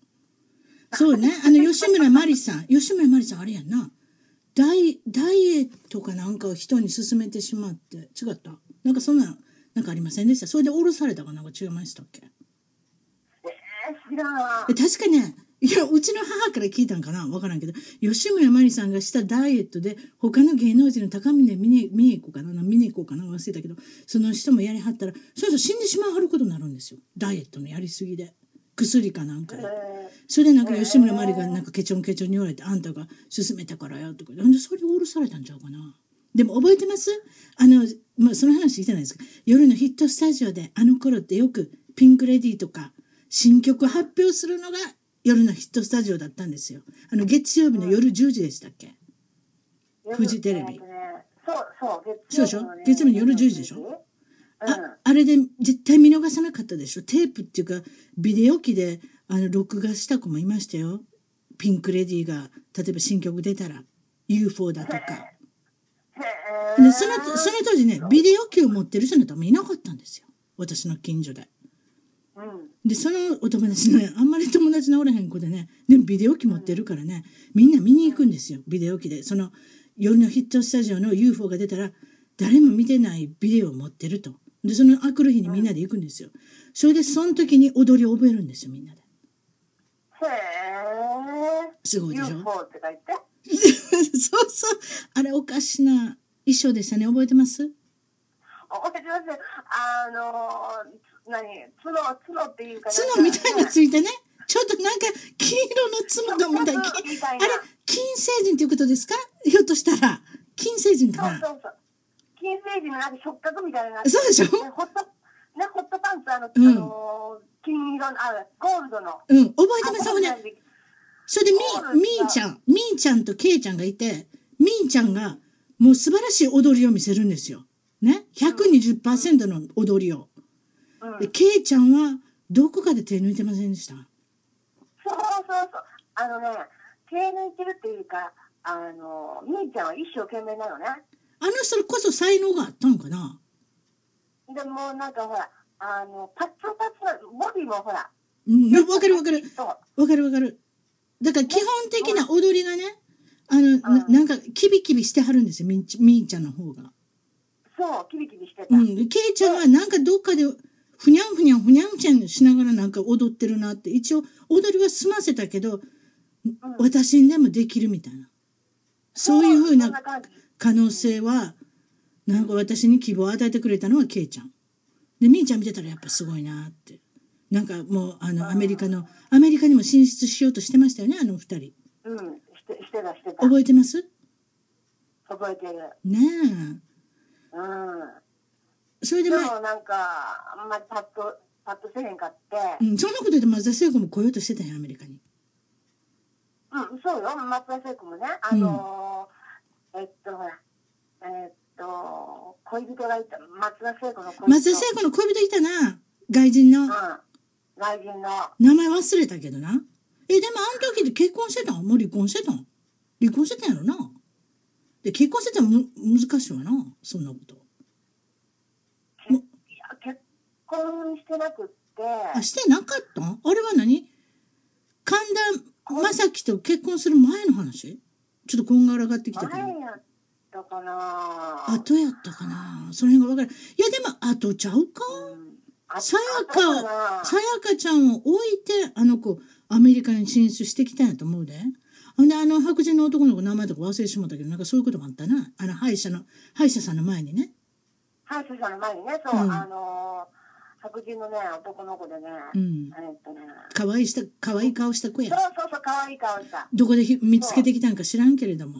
そう ねあの吉村麻里さん吉村麻里さんあれやんなダイダイエットかなんかを人に勧めてしまって違ったなんかそんななんかありませんでしたそれで降ろされたかなんか違いましたっけ
え知らん
え確かねいやうちの母から聞いたんかなわからんけど吉村真理さんがしたダイエットで他の芸能人の高峰美恵子かな美恵子かな忘れたけどその人もやりはったらそうそう死んでしまうはることになるんですよダイエットのやりすぎで薬かなんかで。
え
それでなんか吉村麻里がなんかケチョンケチョンに言われてあんたが勧めたからよとかなんでそれを降ろされたんちゃうかなでも覚えてますあの、まあ、その話いたないですか夜のヒットスタジオであの頃ってよくピンクレディーとか新曲発表するのが夜のヒットスタジオだったんですよあの月曜日の夜10時でしたっけ、
ー
フジテレビ
えーとねそ
そう
うそう
でしょ月曜日の夜10時でしょ
うん
ああれで絶対見逃さなかったでしょテープっていうかビデオ機であの録画した子もいましたよピンク・レディーが例えば新曲出たら UFO だとか
へ
で
ー
そのその当時ねビデオ機を持ってる人なんてあんまいなかったんですよ私の近所で
うん
でそのお友達ねあんまり友達のおらへん子でねでもビデオ機持ってるからねみんな見に行くんですよビデオ機でその夜のヒットスタジオの UFO が出たら誰も見てないビデオを持ってるとでそのあくる日にみんなで行くんですよそれでその時に踊りを覚えるんですよみんなで
へえ
すごいでしょ
UFO って書いて
そうそうあれおかしな衣装でしたね覚えてます
覚えてますあのーつ何角角っていうか
角みたいな
つ
ついてねちょっとなんか黄色の角がみたいな
角みたい
あ
な
れ金星人ということですかひょっとしたら金星人か
そう
な
そうそう金星人のなんか触覚みたいな
そうでしょ
ねホットねホットパンツあの、
うん
あのー金色のあゴールドの
うん、覚えてます、ほんで
あゴールドのや
それでみ
そうなん、だ
みーちゃん、みーちゃんとけいちゃんがいて、みーちゃんが、もう素晴らしい踊りを見せるんですよ。ね ?120% の踊りを。
つうん
で、けいちゃんは、どこかで手抜いてませんでした。
そうそうそう。あのね、手抜いてるっていうか、あの、みーちゃんは一生懸命なのね。
あの人こそ才能があったんかな
でもなんかほら、あの、パッツンパッツン、ボディもほら、
うん、わかるわかる。
そう。
わかるわかる。だから基本的な踊りがね、あの、な
うん
なんか、キビキビしてはるんですよ、みーちみーちゃんの方が。
そう、キビキビしてた。
うん、でケイちゃんはなんかどっかでふにゃんふにゃんふにゃんちゃんしながらなんか踊ってるなって一応踊りは済ませたけど、私にでもできるみたいなそういうふう
そん
な
な感じ。
可能性はなんか私に希望を与えてくれたのはケイちゃんでみーちゃん見てたらやっぱすごいなってなんかもうあのアメリカのアメリカにも進出しようとしてましたよねあの二人
うん、してしてた、してた。
覚えてます
覚えてる。
ね
うん。
えそれで
で
まあ
もなんか、あんまりパッと、パッとせへんかって。
うん、そんなこと言って松田聖子も来ようとしてたよアメリカに
うん、そうよ。松田聖子もね、あのーえっと、ほら、えっと、恋人がいた、松田聖子の恋人。
松田聖子の恋人いたな外人の
うん。外人の。
名前忘れたけどなえでもあの時で結婚してたんもう離婚してたん離婚してたんやろなで結婚してたらむ難しいわなそんなこと
けいや結婚してなくって、
あしてなかったんあれは何神田正輝と結婚する前の話ちょっとこんがらがってきたけど
前やったかな
後やったかなその辺が分からんいやでも後ちゃうか
うんあ
さや
あったな
か、さやかちゃんを置いて、あの子、アメリカに進出してきたんやと思うで。ほんで、あの白人の男の子の名前とか忘れてしまったけど、なんかそういうこともあったな。あの歯医者の、歯医者さんの前にね。
歯医者さんの前にね、そう、
うん
あのー白人のね、男の子でね、
うん。
えっとね、
可愛いした、可愛い顔した子
そう
や。
そうそう、可愛い顔した。
どこでひ見つけてきたんか知らんけれども。
うん、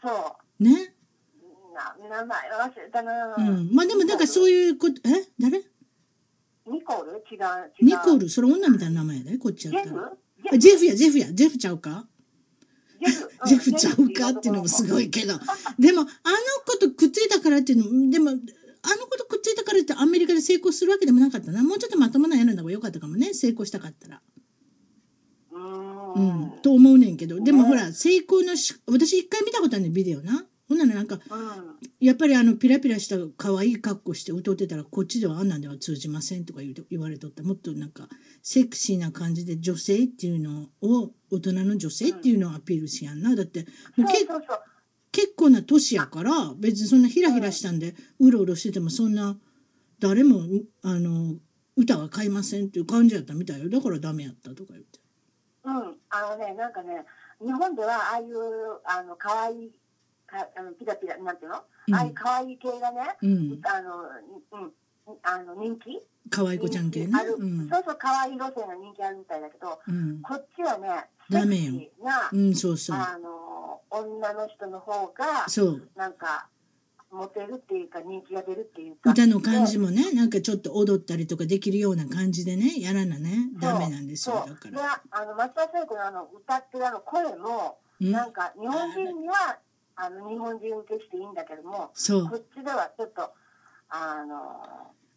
そ
ね。
う。な名前忘れたな、
うん。まあでも、なんかそう
い
い
う。
うこと、え誰
ニコル違う、違
ニ
う。
コル、それ女みたいな名前やで、こっち
ジ
やっ
ェ
た
フ
ら。あジェフや、ジェフや、ジェフちゃうか
ジェフう ん
ジェフちゃうかっていうのもすごいけど。でも、あの子とくっついたからっていうのも、でも、あの子とくっついたからってアメリカで成功するわけでもなかったな。もうちょっとまともなやるのが良かったかもね。成功したかったら。
うー。
うんん。と思うねんけど。でも
ね
ほら、成功のし、私一回見たことあるねん、ビデオな。ほんならなんか、
うん。
やっぱりあの、ピラピラした可愛い格好して歌ってたら、こっちではあんなんでは通じませんとか言うと言われとった。もっとなんか、セクシーな感じで女性っていうのを、大人の女性っていうのをアピールしやんな。だって、もう
そう
結
そうそう。
結構な年やから別にそんなひらひらしたんでうろうろしててもそんな誰もあの歌は買いませんっていう感じやったみたいよだからダメやったとか言って
うん、あのね、なんかね、日本ではああいう、あの、可愛い、か、あの、ピラピラ、なんていうの、
うん
ああいう可愛い系がね、
うん
あの、うん、あの、人気
可愛い子ちゃん系ね
人気ある、
うん
そうそう、可愛い路線が人気あるみたいだけど、
うん、
こっちはね、
ダメよ
セクシーな、
うん、そうそう
あの、女の人の方が、
そう
なんか、モテるっていうか、人気が出るっていうか。
歌の感じもねなんかちょっと踊ったりとかできるような感じでねやらなね
そう
ダメなんですよ
そ
だ
う
か
で
ら
あの、松田聖子のあの、歌ってるあの声も、
うん
なんか日本人にはあの日本人受けしていいんだけども
そう
こっちではちょっとあの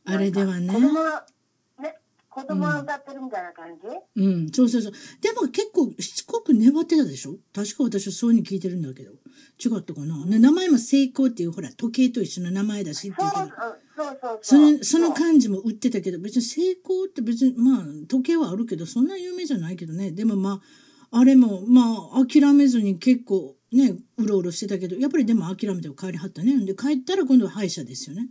あれではね
子供がね子供が歌ってるみたいな感じ、
うん、そうそうそう。でも結構しつこく粘ってたでしょ確か私はそういうふうに聞いてるんだけど。違ったかな、ね名前も成功っていうほら、時計と一緒の名前だしって
そ
いううけど。
そうそう
そ
そう
の、その漢字も売ってたけど、別に成功って別に、まあ、時計はあるけど、そんな有名じゃないけどね。でもまあ、あれも、まあ、諦めずに結構ね、うろうろしてたけど、やっぱりでも諦めて帰りはったね。で、帰ったら今度は歯医者ですよね。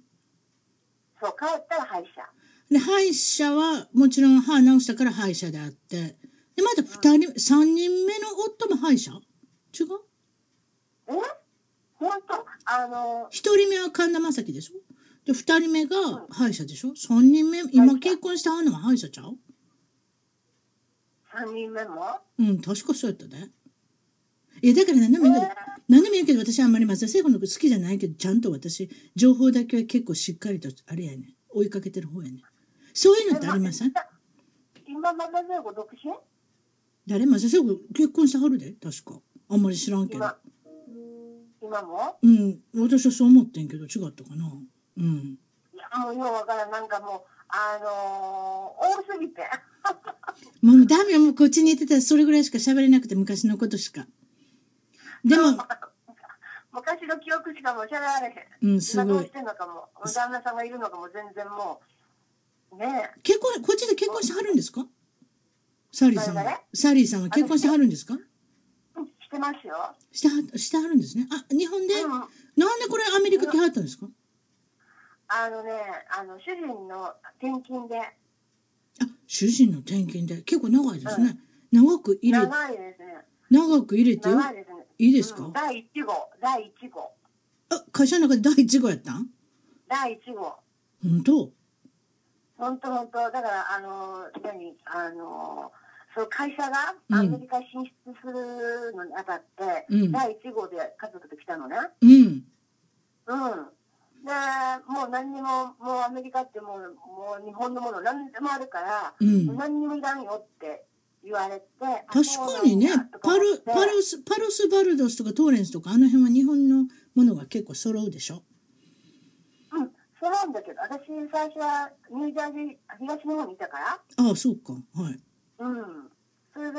そう帰ったら歯医者
で歯医者はもちろん歯治したから歯医者であってでまだ二人、三人目の夫も歯医者違う
え本当あの
一人目は神田正輝でしょで二人目が歯医者でしょ三人目今結婚してはんのは歯医者ちゃう
三人目も
うん確かそうやったねいやだから何でもいいんだけど何でもいいけど私あんまり松田聖子のこと好きじゃないけどちゃんと私情報だけは結構しっかりとあれやね追いかけてる方やねそういうのってありません
今まだ全部独身
誰松田聖子結婚してはるで確かあんまり知らんけど
今今も
うん、私はそう思ってんけど違ったかな。うん。
いやもうようわからんなんかもうあの多すぎて
もうダメよ、もうこっちにいてたらそれぐらいしか喋れなくて昔のことしか。でも、
昔の記憶しかもうしゃべられへん
うん、す
今ど
ご
う
い
し。てんのかも、旦那さんがいるのかも全然もう、ねえ、
結婚、こっちで結婚してはるんですかサリーさん
誰
は。サリーさんは結婚してはるんですか
してますよ。
しては、してはるんですね。あ、日本で、
うん
なんでこれアメリカ来はったんですか
あのね、あの主人の転勤で、
あ、主人の転勤で。結構長いですね。長くいる、
長いですね。
長く入れて、
長いですね。
いいですか
うん第1号、第1号、
あ、会社の中で第一号やったん
第1号。
本当
本当本当だから、あの、何、あの、そう会社がアメリカ進出するのにあたって、
うん
第1号で家族と来たのね。
うん。
うん。で、もう何にも、もうアメリカってもう、もう日本のもの何でもあるから、
うん
何にもいらんよって言われて、あ
確かにね
そうなんだと
パ
か思っ
ル
て
パルスパルスバルドスとかトーレンスとかあの辺は日本のものが結構揃うでしょ
うん、そうなんだけど、私最初はニュージャージー、東の方にいたか
ああそうかはい
ら、うん。それで、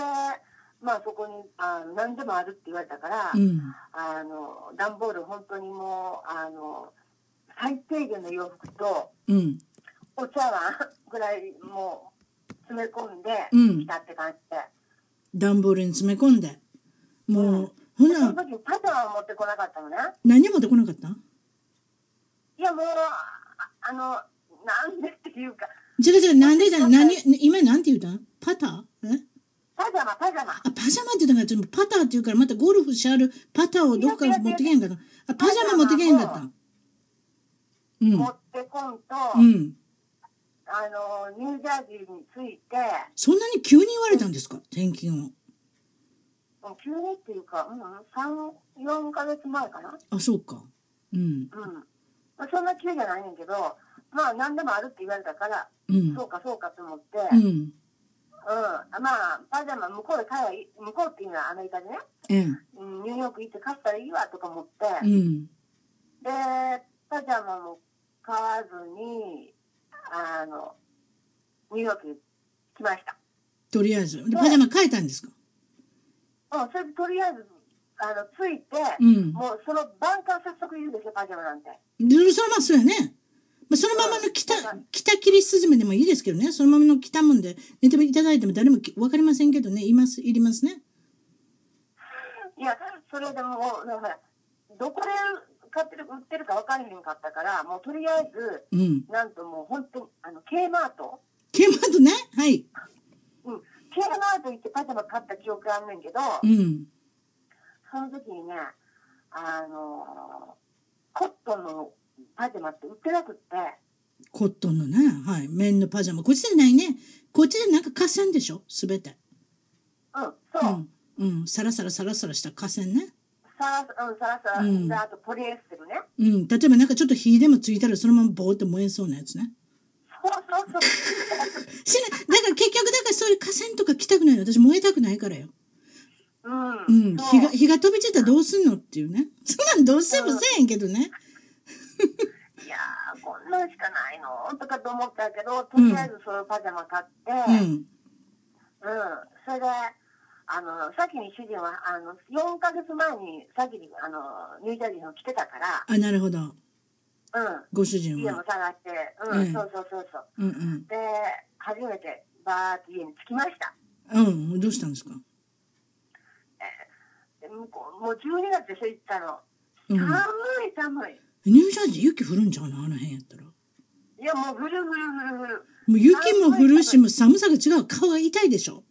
まあそこに、あの何でもあるって言われたから、
うん
あの、段ボール本当にもう、あの、最低限の洋服と、
うん
お茶碗ぐらいもう詰め込んで
うん
来たって感じで。
段ボールに詰め込んでもう、ほ
その
な
時パジャマを持ってこなかったのね。
何もでこなかった
いやもう、ああの、なんでっていうか、
違う違うなんでじゃん何今なんて言うたんパターえ
パジャマ、パジャマ。
あパジャマって言ったんかちょっとパターって言うからまたゴルフしはるパターをどっから持ってけへんかったあパジャマ持ってけへんかったうん
持ってこんと、
うん
あの、ニュージャージーに着いて、
そんなに急に言われたんですか転勤を
もう急にっていうか、うん、3、4ヶ月前かな。
あそうかうん
うん。まあ、そんな急じゃないねんけど、まあ何でもあるって言われたから、
うん
そうかそうかと思って、
う
うん。
ん
まあ、パジャマ向こうで買えばいい、向こうっていうのはアメリカでね、
ええ
うんニューヨーク行って買ったらいいわとか思って、
うん
で、パジャマも買わずに、あの、ニューヨークに来ました。
とりあえず。で、パジャマ変えたんですか
うん、それでとりあえず、あの、着いて、
うん。
もうその晩から早速いるでしょ、パジャマなんて。
で、そのままそうやね。まあ、そのままの北
うん、
北切りスズメでもいいですけどね。そのままの北もんで寝ていただいても誰もきわかりませんけどね。います、いりますね。
いや、それでもう、ほら、どこで買ってる売ってるか分からへんかったからもうとりあえず
うん。
なんともう本当あの K マート
ケマートね。はい。
うん、K マート行ってパジャマ買った記憶あんねんけど、
うん。
その時にね、あのーコットンのパジャマって売ってなくって、
コットンのね。はい。綿のパジャマ。こっちじゃないね。こっちでなんか河川でしょすべて。
うん、そうう、
ん。うん。サラサラサラサラした河川ね。
サラうん、サラサラ、
うん
であとポリエステルね。
うん。例えばなんかちょっと火でもついたらそのままボーって燃えそうなやつね。
そうそうそう。
しない。だから結局、だからそういう河川とか来たくないの。私燃えたくないからよ。う
うん、
ん。
そう
火が、火が飛び散ったらどうすんのっていうね。 そんなんどうせもせえへんけどね。
いやー、こんなんしかないのとかと思ったけど、とりあえずそういうパジャマ買って、
う
うん、
ん。
それで、あの、先に主人は、あの、4ヶ月前に先に、あの、ニュージャージーの来てたか
あ、なるほど。
ら、うん。
ご主人
家も
は。
探して、うん、
ええ
そうそうそうそう。
うんうん。
で、初めてバーって家に着きました。
うん。どうしたんですか
で向こうもう12月でしょ、行ったの。
うん。
寒い寒い。
ニュージャージー雪降るんちゃうのあの辺やったら。も
いや、もうぐるぐるぐるぐる。
う雪も降るし、もう寒さが違う。顔が痛いでしょ。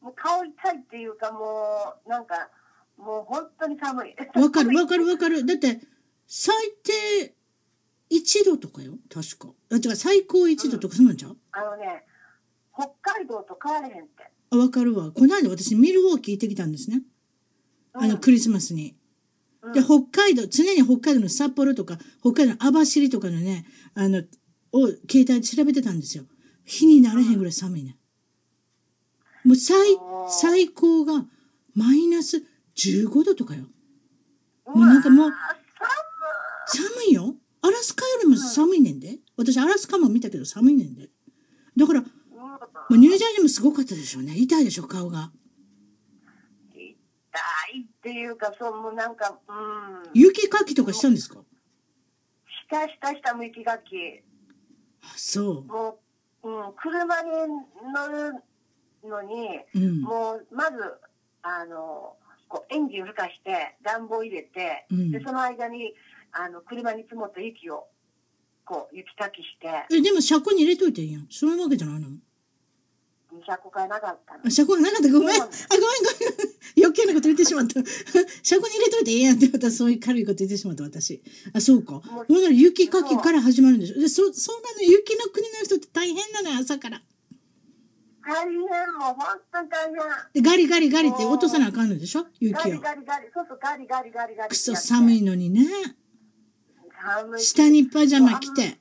もう顔痛いっていうか、もう、なんか、もう本当に寒い。
わ かるわかるわかる。だって、最低1度とかよ。確か。あ、違う。最高1度とかそうなんちゃう、
あのね、北海道と変われへんって。
あ、わかるわ。この間私ミルウォーキー行ってきたんですね。
うん
あの、クリスマスに。
うん
で、北海道、常に北海道の札幌とか、北海道の網走とかのね、あの、を携帯で調べてたんですよ。火にならへんぐらい寒いね。もう最
あ、ー
最高がマイナス15度とかよ。
うわー
なんかもう
寒
寒いよ。アラスカよりも寒いねんで。私、アラスカも見たけど寒いねんで。だから、ま
い。うん
あ、ニュージャージーもすごかったでしょうね。痛いでしょ、顔が。
痛いっていうか、そう、もうなんか、うん。
雪かきとかしたんですか
したしたした向きがき。
あ、そ
もう、うん、車に乗るのに、
う。うん。
もう、まず、あの、こう、エンジンふかして、暖房入れて、
うん
で、その間に、あの、車に積もった雪を、こう、雪かきして、
え、でも車庫に入れといていいやん。そういうわけじゃないの
200個買えなかったの
あ。車庫がなかった。ごめん。あ、ごめん
そうな
ご
の
めん。余計なこと言ってしまった。 車庫に入れといていいやんって、またそういう軽いこと言ってしまった、私。あ、そうか。
もう
ほんなら雪かきから始まるんでしょ。で、そ、そうなの。雪の国の人って大変なのよ、朝から。
大変、もう、本当に大変。
で、ガリガリガリって落とさなあかんのでしょ
ガ
雪
リ
を。
ガリガリ、そうそう、ガリガリガリガリ。
くそ、寒い。のにね。
寒い。
下にパジャマ着て。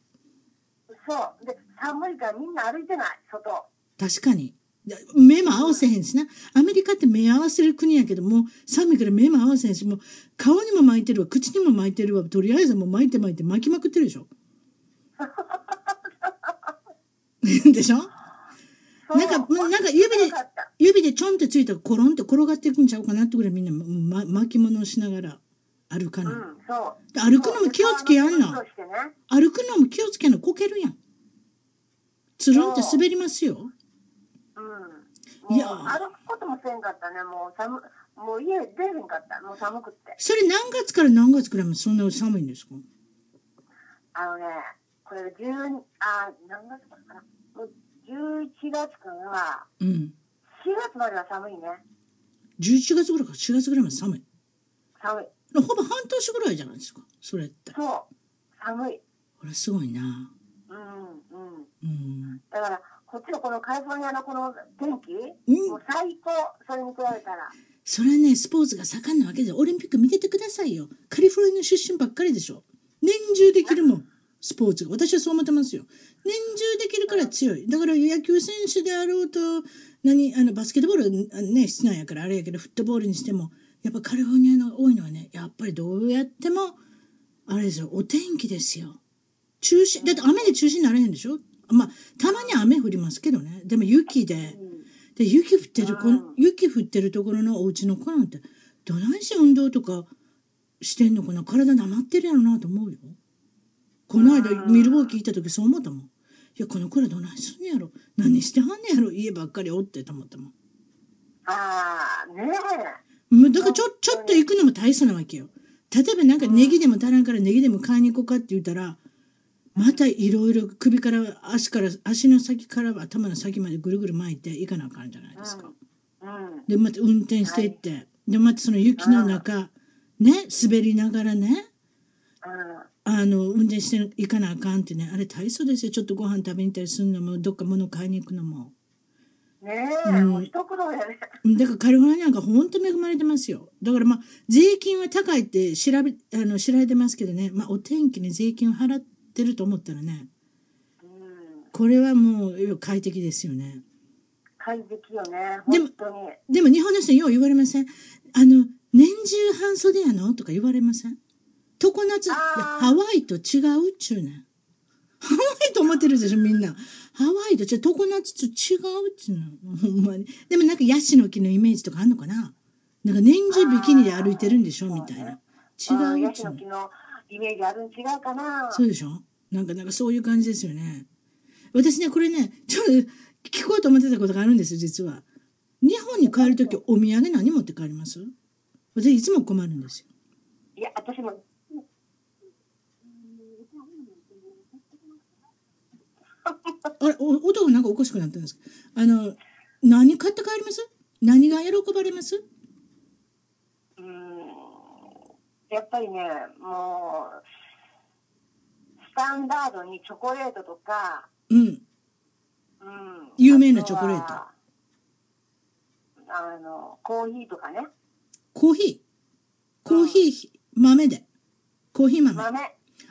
そう。で、寒いからみんな歩いてない、外。
確かに。で目も合わせへんしな。アメリカって目合わせる国やけども、寒いから目も合わせへんし、もう顔にも巻いてるわ、口にも巻いてるわ、とりあえずもう巻いて巻いて巻きまくってるでしょ。 でしょ
そう
なんかうんなんか指で
よかった
指でちょんってついたらコロンって転がっていくんちゃうかなってぐらいみんな、ま、巻き物をしながら歩か
う
ない。
ん、そう。
で歩くのも気をつけやんな
そうしてね
歩くのも気をつけなこけるやん。つるんって滑りますよ。
うん。
い
い
や
や
ー
歩くこともせんかったね。もう寒、もう家出へんかった。もう寒くって。
それ何月から何月くらいまでそんな寒いんですか
あのね、これ十あ何月かな。もう十一月から
うん。
四月までは寒いね。
11月ぐらいから4月ぐらいまで寒い。
寒い。
ほぼ半年ぐらいじゃないですか。それって。
そう。寒い。
これすごいな。
うんうん。
うん。
だからこっちのこのカリフォルニアのこの天気、
うん
もう最高。それに比べたら。
それはね、スポーツが盛んなわけで、オリンピック見ててくださいよ。カリフォルニア出身ばっかりでしょ。年中できるもん。スポーツが。私はそう思ってますよ。年中できるから強い。だから野球選手であろうと、何、あの、バスケットボールあね、室内やからあれやけど、フットボールにしても、やっぱカリフォルニアの多いのはね、やっぱりどうやっても、あれですよ、お天気ですよ。中止、だって雨で中止になれへんでしょまあ、たまに雨降りますけどね。でも雪で
う、ん。
で雪降ってるこ
う
の
ん
雪降ってるところのお家の子なんてどないして運動とかしてんのかな体なまってるやろなと思うよこの間
うん
ミルウォーキー行った時そう思ったもんいやこの子らどないすんねやろ何してはんねやろ家ばっかりおってと思ったもん
ああねえ。
もうだからちょちょっと行くのも大差なわけよ例えばなんかネギでも足らんからネギでも買いに行こうかって言ったらまたいろいろ首から足から足の先から頭の先までぐるぐる巻いて行かなあかんじゃないですか。
うん
でまた運転していって、でまたその雪の中ね滑りながらねあの運転していかなあかんってねあれ大層ですよちょっとご飯食べに行ったりするのもどっか物買いに行くのも。
うんねえ、もう一苦労や ね。
だからカリフォルニアなんか本当恵まれてますよ。だからまあ税金は高いって調べあの知られてますけどね、まあ、お天気に税金を払ってると思ったらね
うん、
これはもう快適ですよね。
快適よね。
でも
本当に。
でも日本の人によう言われません。あの年中半袖やのとか言われません。常夏いや
あー
ハワイと違うっちゅうねん。ハワイと思ってるでしょみんな。ハワイと違う常夏と違うっちゅうの。ほんまに。でもなんかヤシの木のイメージとかあんのかななんか年中ビキニで歩いてるんでしょみたいな。違
うん
う
ヤ
っち
シ
ゅう
の
の
木。のイメージあるん違うかな。
そうでしょなんかなんかそういう感じですよね。私ねこれねちょっと聞こうと思ってたことがあるんですよ実は。日本に帰るときお土産何持って帰ります私いつも困るんですよ。
いや、私も。
あれお音がなんかおかしくなったんですあの何買って帰ります何が喜ばれます
うんやっぱりね、もう、スタンダードにチョコレートとか、
うん
うん、
有名なチョコレート
あとはあの、コーヒーとかね、
コーヒーコーヒー豆でコーヒー豆
豆。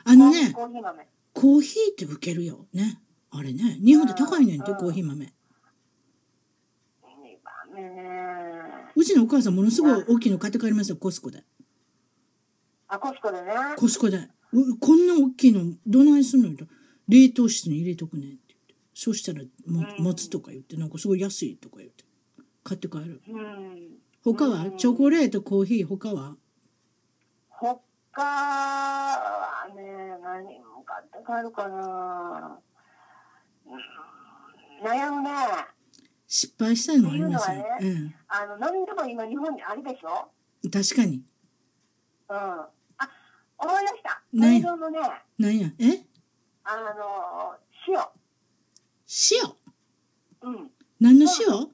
あのね
コーヒー豆。
コーヒーってウケるよねあれね日本で高いねんってコーヒー豆
豆ね。
うちのお母さんものすごい大きいの買って帰りますよコスコで
あ、コスコでね。
コスコでうこんな大きいのどないすんのよと冷凍室に入れとくねんって言ってそしたらも
うん
持つとか言ってなんかすごい安いとか言って買って帰る
うん。
他はチョコレートコーヒー他は
他はね、何も買って帰るかな。うん、悩むね。
失敗したいのもありません、
っていうのはあの、何でも今日本にあるでしょ
うん、確かに
うん。あ、思い出した。
ね
大量のね、
なんやえ
あの、塩。
塩
うん。
何の塩、い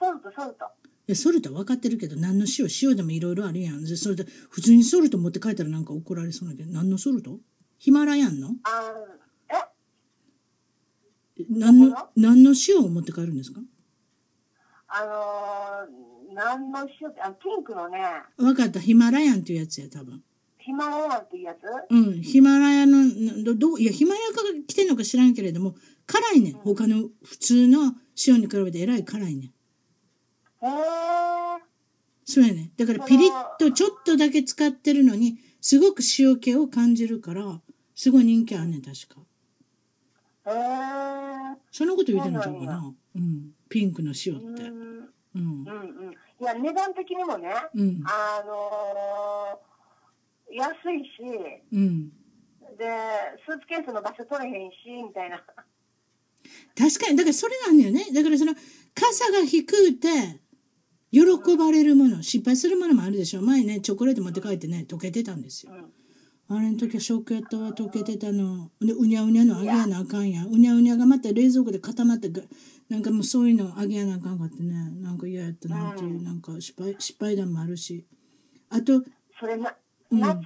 ソルト、ソルト。
やソルトは分かってるけど何の塩塩でもいろいろあるやんでそれで普通にソルト持って帰ったらなんか怒られそうなんだけど何のソルトヒマラヤンの
あえ
何
ど
の
こ
何の塩を持って帰るんですか
あの、何の塩って、あの、ピンクのね、
分かったヒマラヤンっていうやつや多分
ヒマラヤンっていうやつ
うんヒマラヤのなどどういやヒマラヤから来てんのか知らんけれども辛いねん他の普通の塩に比べてえらい辛いねん
へー。
そうやね。だからピリッとちょっとだけ使ってるのに、すごく塩気を感じるから、すごい人気あんねん、確か。
へー。
そのこと言うてんのちゃうかな。うん。ピンクの塩
う
って。
ん
うん
う。んうん、いや値段的にもね、
うん。
あのー安いし
うん。
でスーツケースの場所取れへんしみたいな
確かに、だからそれなんだよね。だからその、傘が低くて、喜ばれるもの、失敗するものもあるでしょ。前ね、チョコレート持って帰ってね、溶けてたんですよ。あれの時はショックやったわ溶けてたのでうにゃうにゃの揚げやなあかんやんうにゃうにゃがまた冷蔵庫で固まってがなんかもうそういうの揚げやなあかんかってねなんか嫌やったなっていう、
うん
なんか失敗失敗談もあるしあと
それな
うん
夏、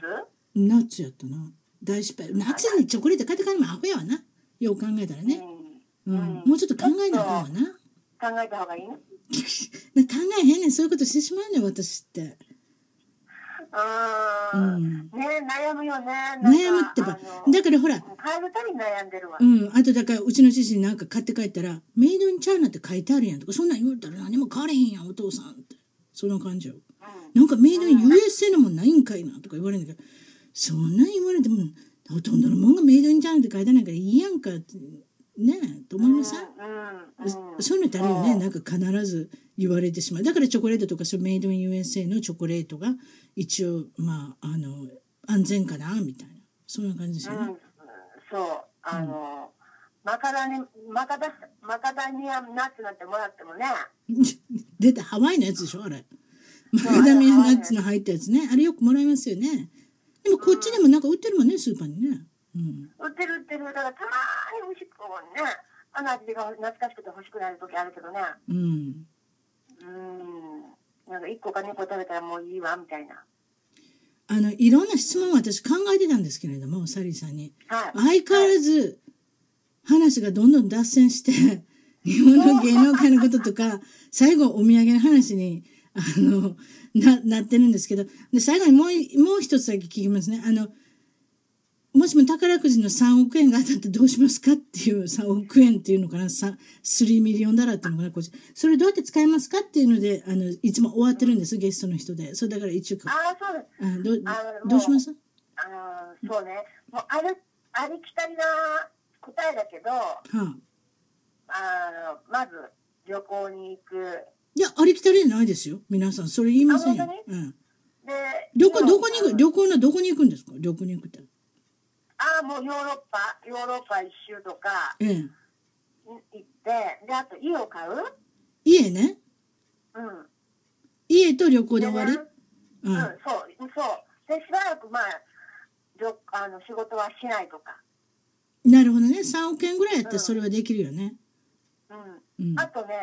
ナッツやったな大失敗夏にチョコレート買って帰るのもアホやわなよう考えたら
うん
ね、うん
うん
もうちょっと考えなあかんわなな考
考えた方がいいね
えへんねんそういうことしてしまうねん私って
あー
うん
ね悩むよねなんか
悩むってば
あの
だからほら
帰るたびに悩んでるわ、
うん、あとだからうちの父になんか買って帰ったら「メイドインチャイナって書いてあるやん」とかそんなん言うたら何も買われへんやんお父さんってその感じを
うん
なんかメイドイン USA のもんないんかいなとか言われるんだけどそんなん言われてもほとんどのもんがメイドインチャイナって書いてないからいいやんかってねえと思いません、
うんうん
そういうのってあるよ
う
ね
ん
なんか必ず言われてしまうだからチョコレートとかそうメイドイン USA のチョコレートが一応まああの安全かなみたいなそんな感じですよね。
うん、そう、あの、マカダニ、マカダ、マカダニアナッツなんてもらってもね、
出たハワイのやつでしょあれマルダミナッツの入ったやつね。あれよくもらいますよね。でもこっちでもなんか売ってるもんね、スーパーにね。うん。
売ってる売ってるだからたまーに美味しくもんねあの味が懐かしくて欲しくなる時あるけどね
うん。
うーんなんか1個か2個食べたらもういいわみたいな
あの、いろんな質問を私考えてたんですけれども、サリーさんに。
はい
相変わらず、話がどんどん脱線して、日本の芸能界のこととか、最後お土産の話に、あの、な、なってるんですけど、で、最後にもうい、もう一つだけ聞きますね。あの、もしも宝くじの3億円が当たってどうしますかっていう、3億円っていうのかな、3 3ミリオンダラーっていうのかな、こっち。それどうやって使いますかっていうので、あの、いつも終わってるんです、ゲストの人で。それだから一応か。
ああそうです
あどう
あの
どうします
あーそうねもうあるありきたりな答えだけど
はあ、
あのまず旅行に行く
いや、ありきたりじゃないですよ。皆さん、それ言いませんよ
あ本当。
うん、
で
旅行、どこに行く、
く
旅行のどこに行くんですか旅行に行くって。
ああもうヨーロッパヨーロッパ一周とか
ええ。
行ってであと家を買う
家ね。
うん
家と旅行で終わ
ね
り
う、
うんん。
そう、そう。で、しばらく、まあ、じょあの仕事はしないとか。
なるほどね。3億円ぐらいやった
う
ら
ん
それはできるよね。
うん。
うん。
あ
は
とね、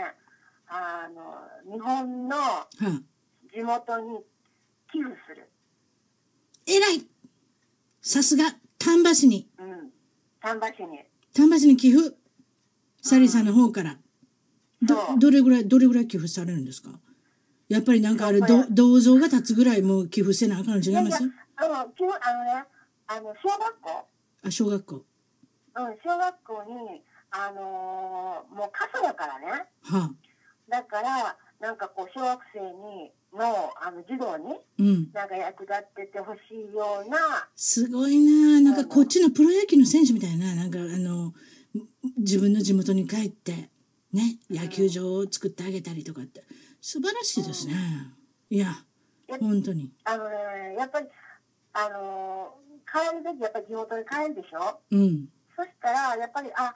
あの、日本の
あ、
地元に寄付する。
えらいさすが、丹波市に。
うん。丹波市に。
丹波市に寄付。サリーさんの方から。ど
そ、う
どれぐらい、どれぐらい寄付されるんですかやっぱりなんかあれ、
やっぱり
ど銅像が立つぐらいもう寄付せなあかんの違い
い
ま
や
す
あの、きゅあのね、あの、小学校
あ、小学校。
うん、小学校に、あのーもう過疎だからね。
はあ。
だから、なんかこう、小学生に、の、あの、児童に、
うん。
なんか役立っててほしいような、
すごいなあなんかこっちのプロ野球の選手みたいな、なんかあの、自分の地元に帰って、ね、野球場を作ってあげたりとかって、素晴らしいですね。いや、本当に。
あのね、やっぱり、あのー帰る時やっぱり地元に帰るでしょ
うん。
そしたら、やっぱり、あ、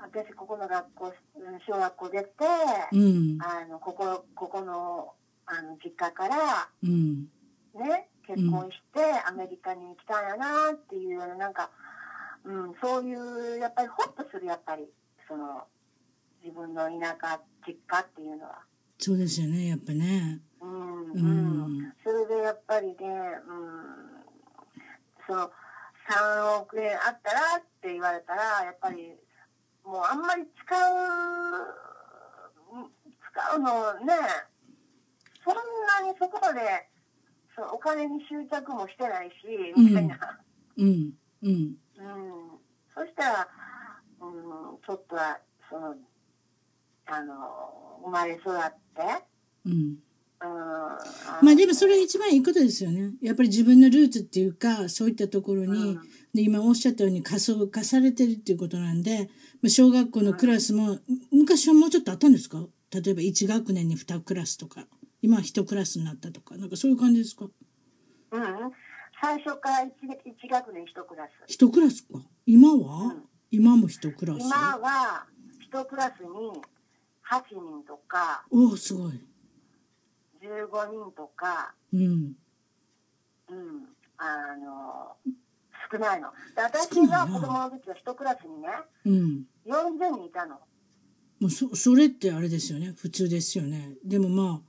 私ここの学校、うん小学校出て、
うん。
あの、ここ、ここの、あの、実家から、
うん。
ね、結婚して、アメリカに行きたいやなっていうような、なんか、うん、そういう、やっぱりホッとする、やっぱり、その、自分の田舎、実家っていうのは。
そうですよね、やっぱね。
うん
う
うん
ん。
それでやっぱりね、うん、その3億円あったらって言われたら、やっぱりもうあんまり使う、使うのね、そんなにそこまでそのお金に執着もしてないし、みたいな。
うん。うん。
うん。そしたら、うん、ちょっとは、その、あの、生まれ育って、
うん。
うん。
まあでもそれが一番いいことですよね。やっぱり自分のルーツっていうか、そういったところに、
うん
で今おっしゃったように仮想化されてるっていうことなんで、まあ小学校のクラスも、む昔はもうちょっとあったんですか例えば1学年に2クラスとか、今は1クラスになったとか、なんかそういう感じですか
うんうん、最初から 1, 一学年1クラス
?1 クラスか今は、
うん
今も1クラス
今は1クラスに8人とか
おお、すごい。
15人とか、
うん。
うん、あの少ないので私
少な
が
いな
子供の時は1クラスにね
うん。
40人いたの
もうそ、それってあれですよね。普通ですよね。でもま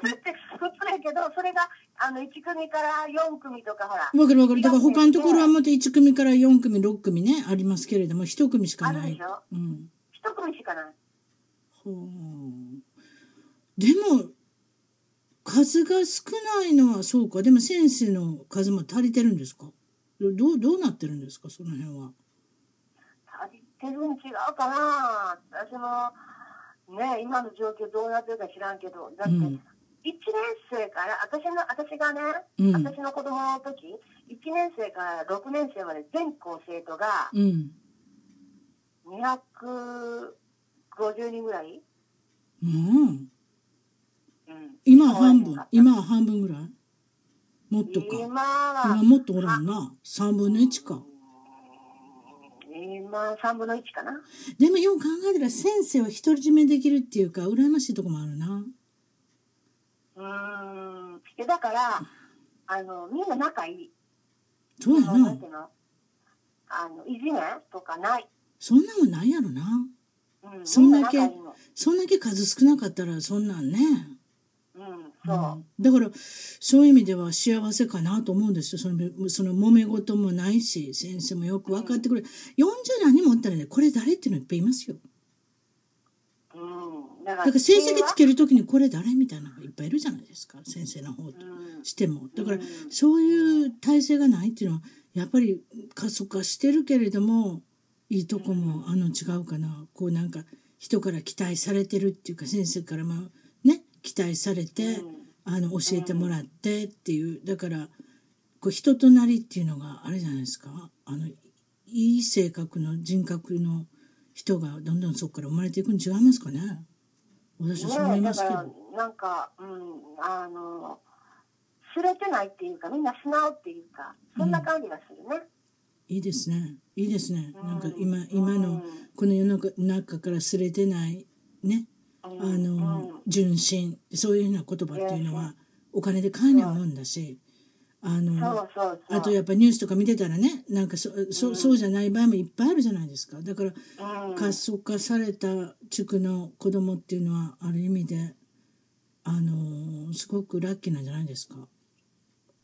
それって普通やけどそれがあの1組から4組とかほら
あ、わかるわかる。だから他のところはもっと1組から4組、6組ね、ありますけれども、1組しか
あ
な
るで
い
し。ょ
うん。
1組しかない
ほうでも数が少ないのはそうかでも先生の数も足りてるんですかどどうどうなってるんですかその辺は
足りてるん違うかな私もね今の状況どうなってるか知らんけどだって
う
1
ん
年生から私の私がね、
うん
私の子供の時1年生から6年生まで全校生徒が
うん
250人ぐらい、
うん
うん
今は半分
今
今は半分ぐらいもっとか
は
今もっとおらんな3分の1か
今3分の1かな
でもよう考えたら先生は独り占めできるっていうか羨ましいとこもあるな
うーん。いやだから、あの、みんな仲いい。
そうや
あのな
なん
ていうのあの、いじめとかない。
そんなんはないやろな
うん。
そんだけ
みな仲いいの
そんだけ数少なかったらそんなんね
うん、そう。
だからそういう意味では幸せかなと思うんですよそのその揉め事もないし先生もよく分かってくれる40何人もおったらねこれ誰っていうのいっぱいいますよ
うん。だ
だ
か
から成績つける時にこれ誰みたいなのがいっぱいいるじゃないですか先生の方と
うん
してもだから
うん
そういう体制がないっていうのはやっぱり過疎化してるけれどもいいとこもあの違うかなこうなんか人から期待されてるっていうか先生からまあね期待されて
うん
あの教えてもらってっていうだからこう人となりっていうのがあれじゃないですかあのいい性格の人格の人がどんどんそこから生まれていくん違いますかね私はそう思
ね
い
え、だ
ます
か
け
ら
ど。、
なんか、うん、あの、すれてないっていうか、みんな素直っていうか、そんな感じがするね。
いいですね。いいですね。
うん
なんか今、今のこの世の中からすれてないね。
あ
あの、純真、そういうような言葉っていうの
う
は、お金で買えないもんだし、あ
そ
の、
うそうそう。
あとやっぱニュースとか見てたらね、なんかそ、そそうじゃない場合もいっぱいあるじゃないですか。だから、
うん
過疎化された地区の子供っていうのは、ある意味で、あの、すごくラッキーなんじゃないですか。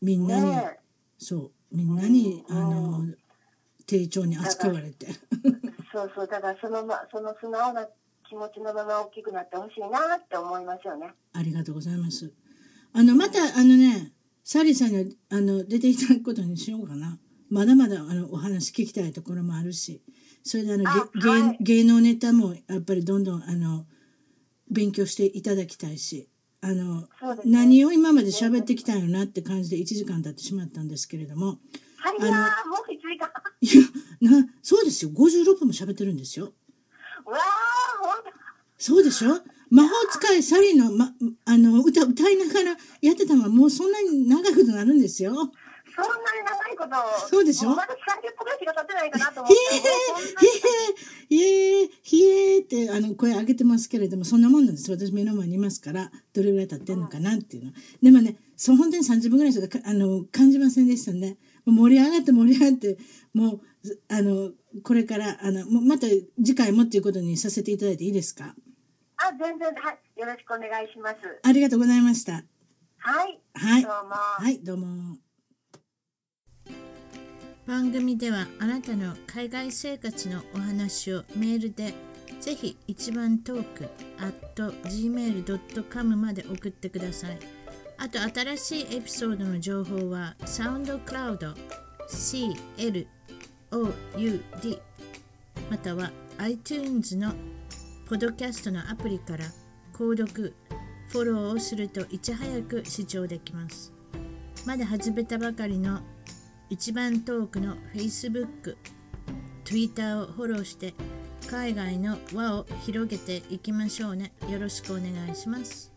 みんなに、
ね
そう、みんなに、
うん
あの、丁重に扱われて。
えそうそう、だからそのま、その素直な気持ちのまま大きくなってほしいなって思いますよね。
ありがとうございます。あの、また、あのね、サリーさんに、あの、出ていただくことにしようかな。まだまだ、あの、お話聞きたいところもあるし。それで、あの、
あ
げ
はい
芸芸能ネタも、やっぱりどんどん、あの。勉強していただきたいし。あの、
そうですね
何を今まで喋ってきたよなって感じで、1時間経ってしまったんですけれども。
はい
の
やー、もう一時間。
いや、な、そうですよ。56分も喋ってるんですよ。
うわー、ほんと。
そうでしょ魔法使いサリーの,、ま、あの歌歌いながらやってたのはもうそんなに長いことなるんですよ。
そんなに長いこと。
そうでしょ
もまだ30分ぐらいしか経ってないかなと思っ
ひえ
て。
ひえひえってあの声上げてますけれどもそんなもんなんです私目の前にいますからどれぐらい経ってんのかなっていうのはでもねそう本当に30分ぐらいしかかあの感じませんでしたね盛り上がって盛り上がってもうずあのこれからあのもうまた次回もっていうことにさせていただいていいですか
あ、全然、はい。よろしくお願いします。
ありがとうございました
はい。
はい
どうも。
はいどうも。
番組ではあなたの海外生活のお話をメールでぜひ一番トーク at gmail.com まで送ってくださいあと新しいエピソードの情報はサウンドクラウド CLOUD または iTunes のポッドキャストのアプリから購読フォローをするといち早く視聴できますまだ始めたばかりの一番トークの Facebook、Twitter をフォローして海外の輪を広げていきましょうね。よろしくお願いします。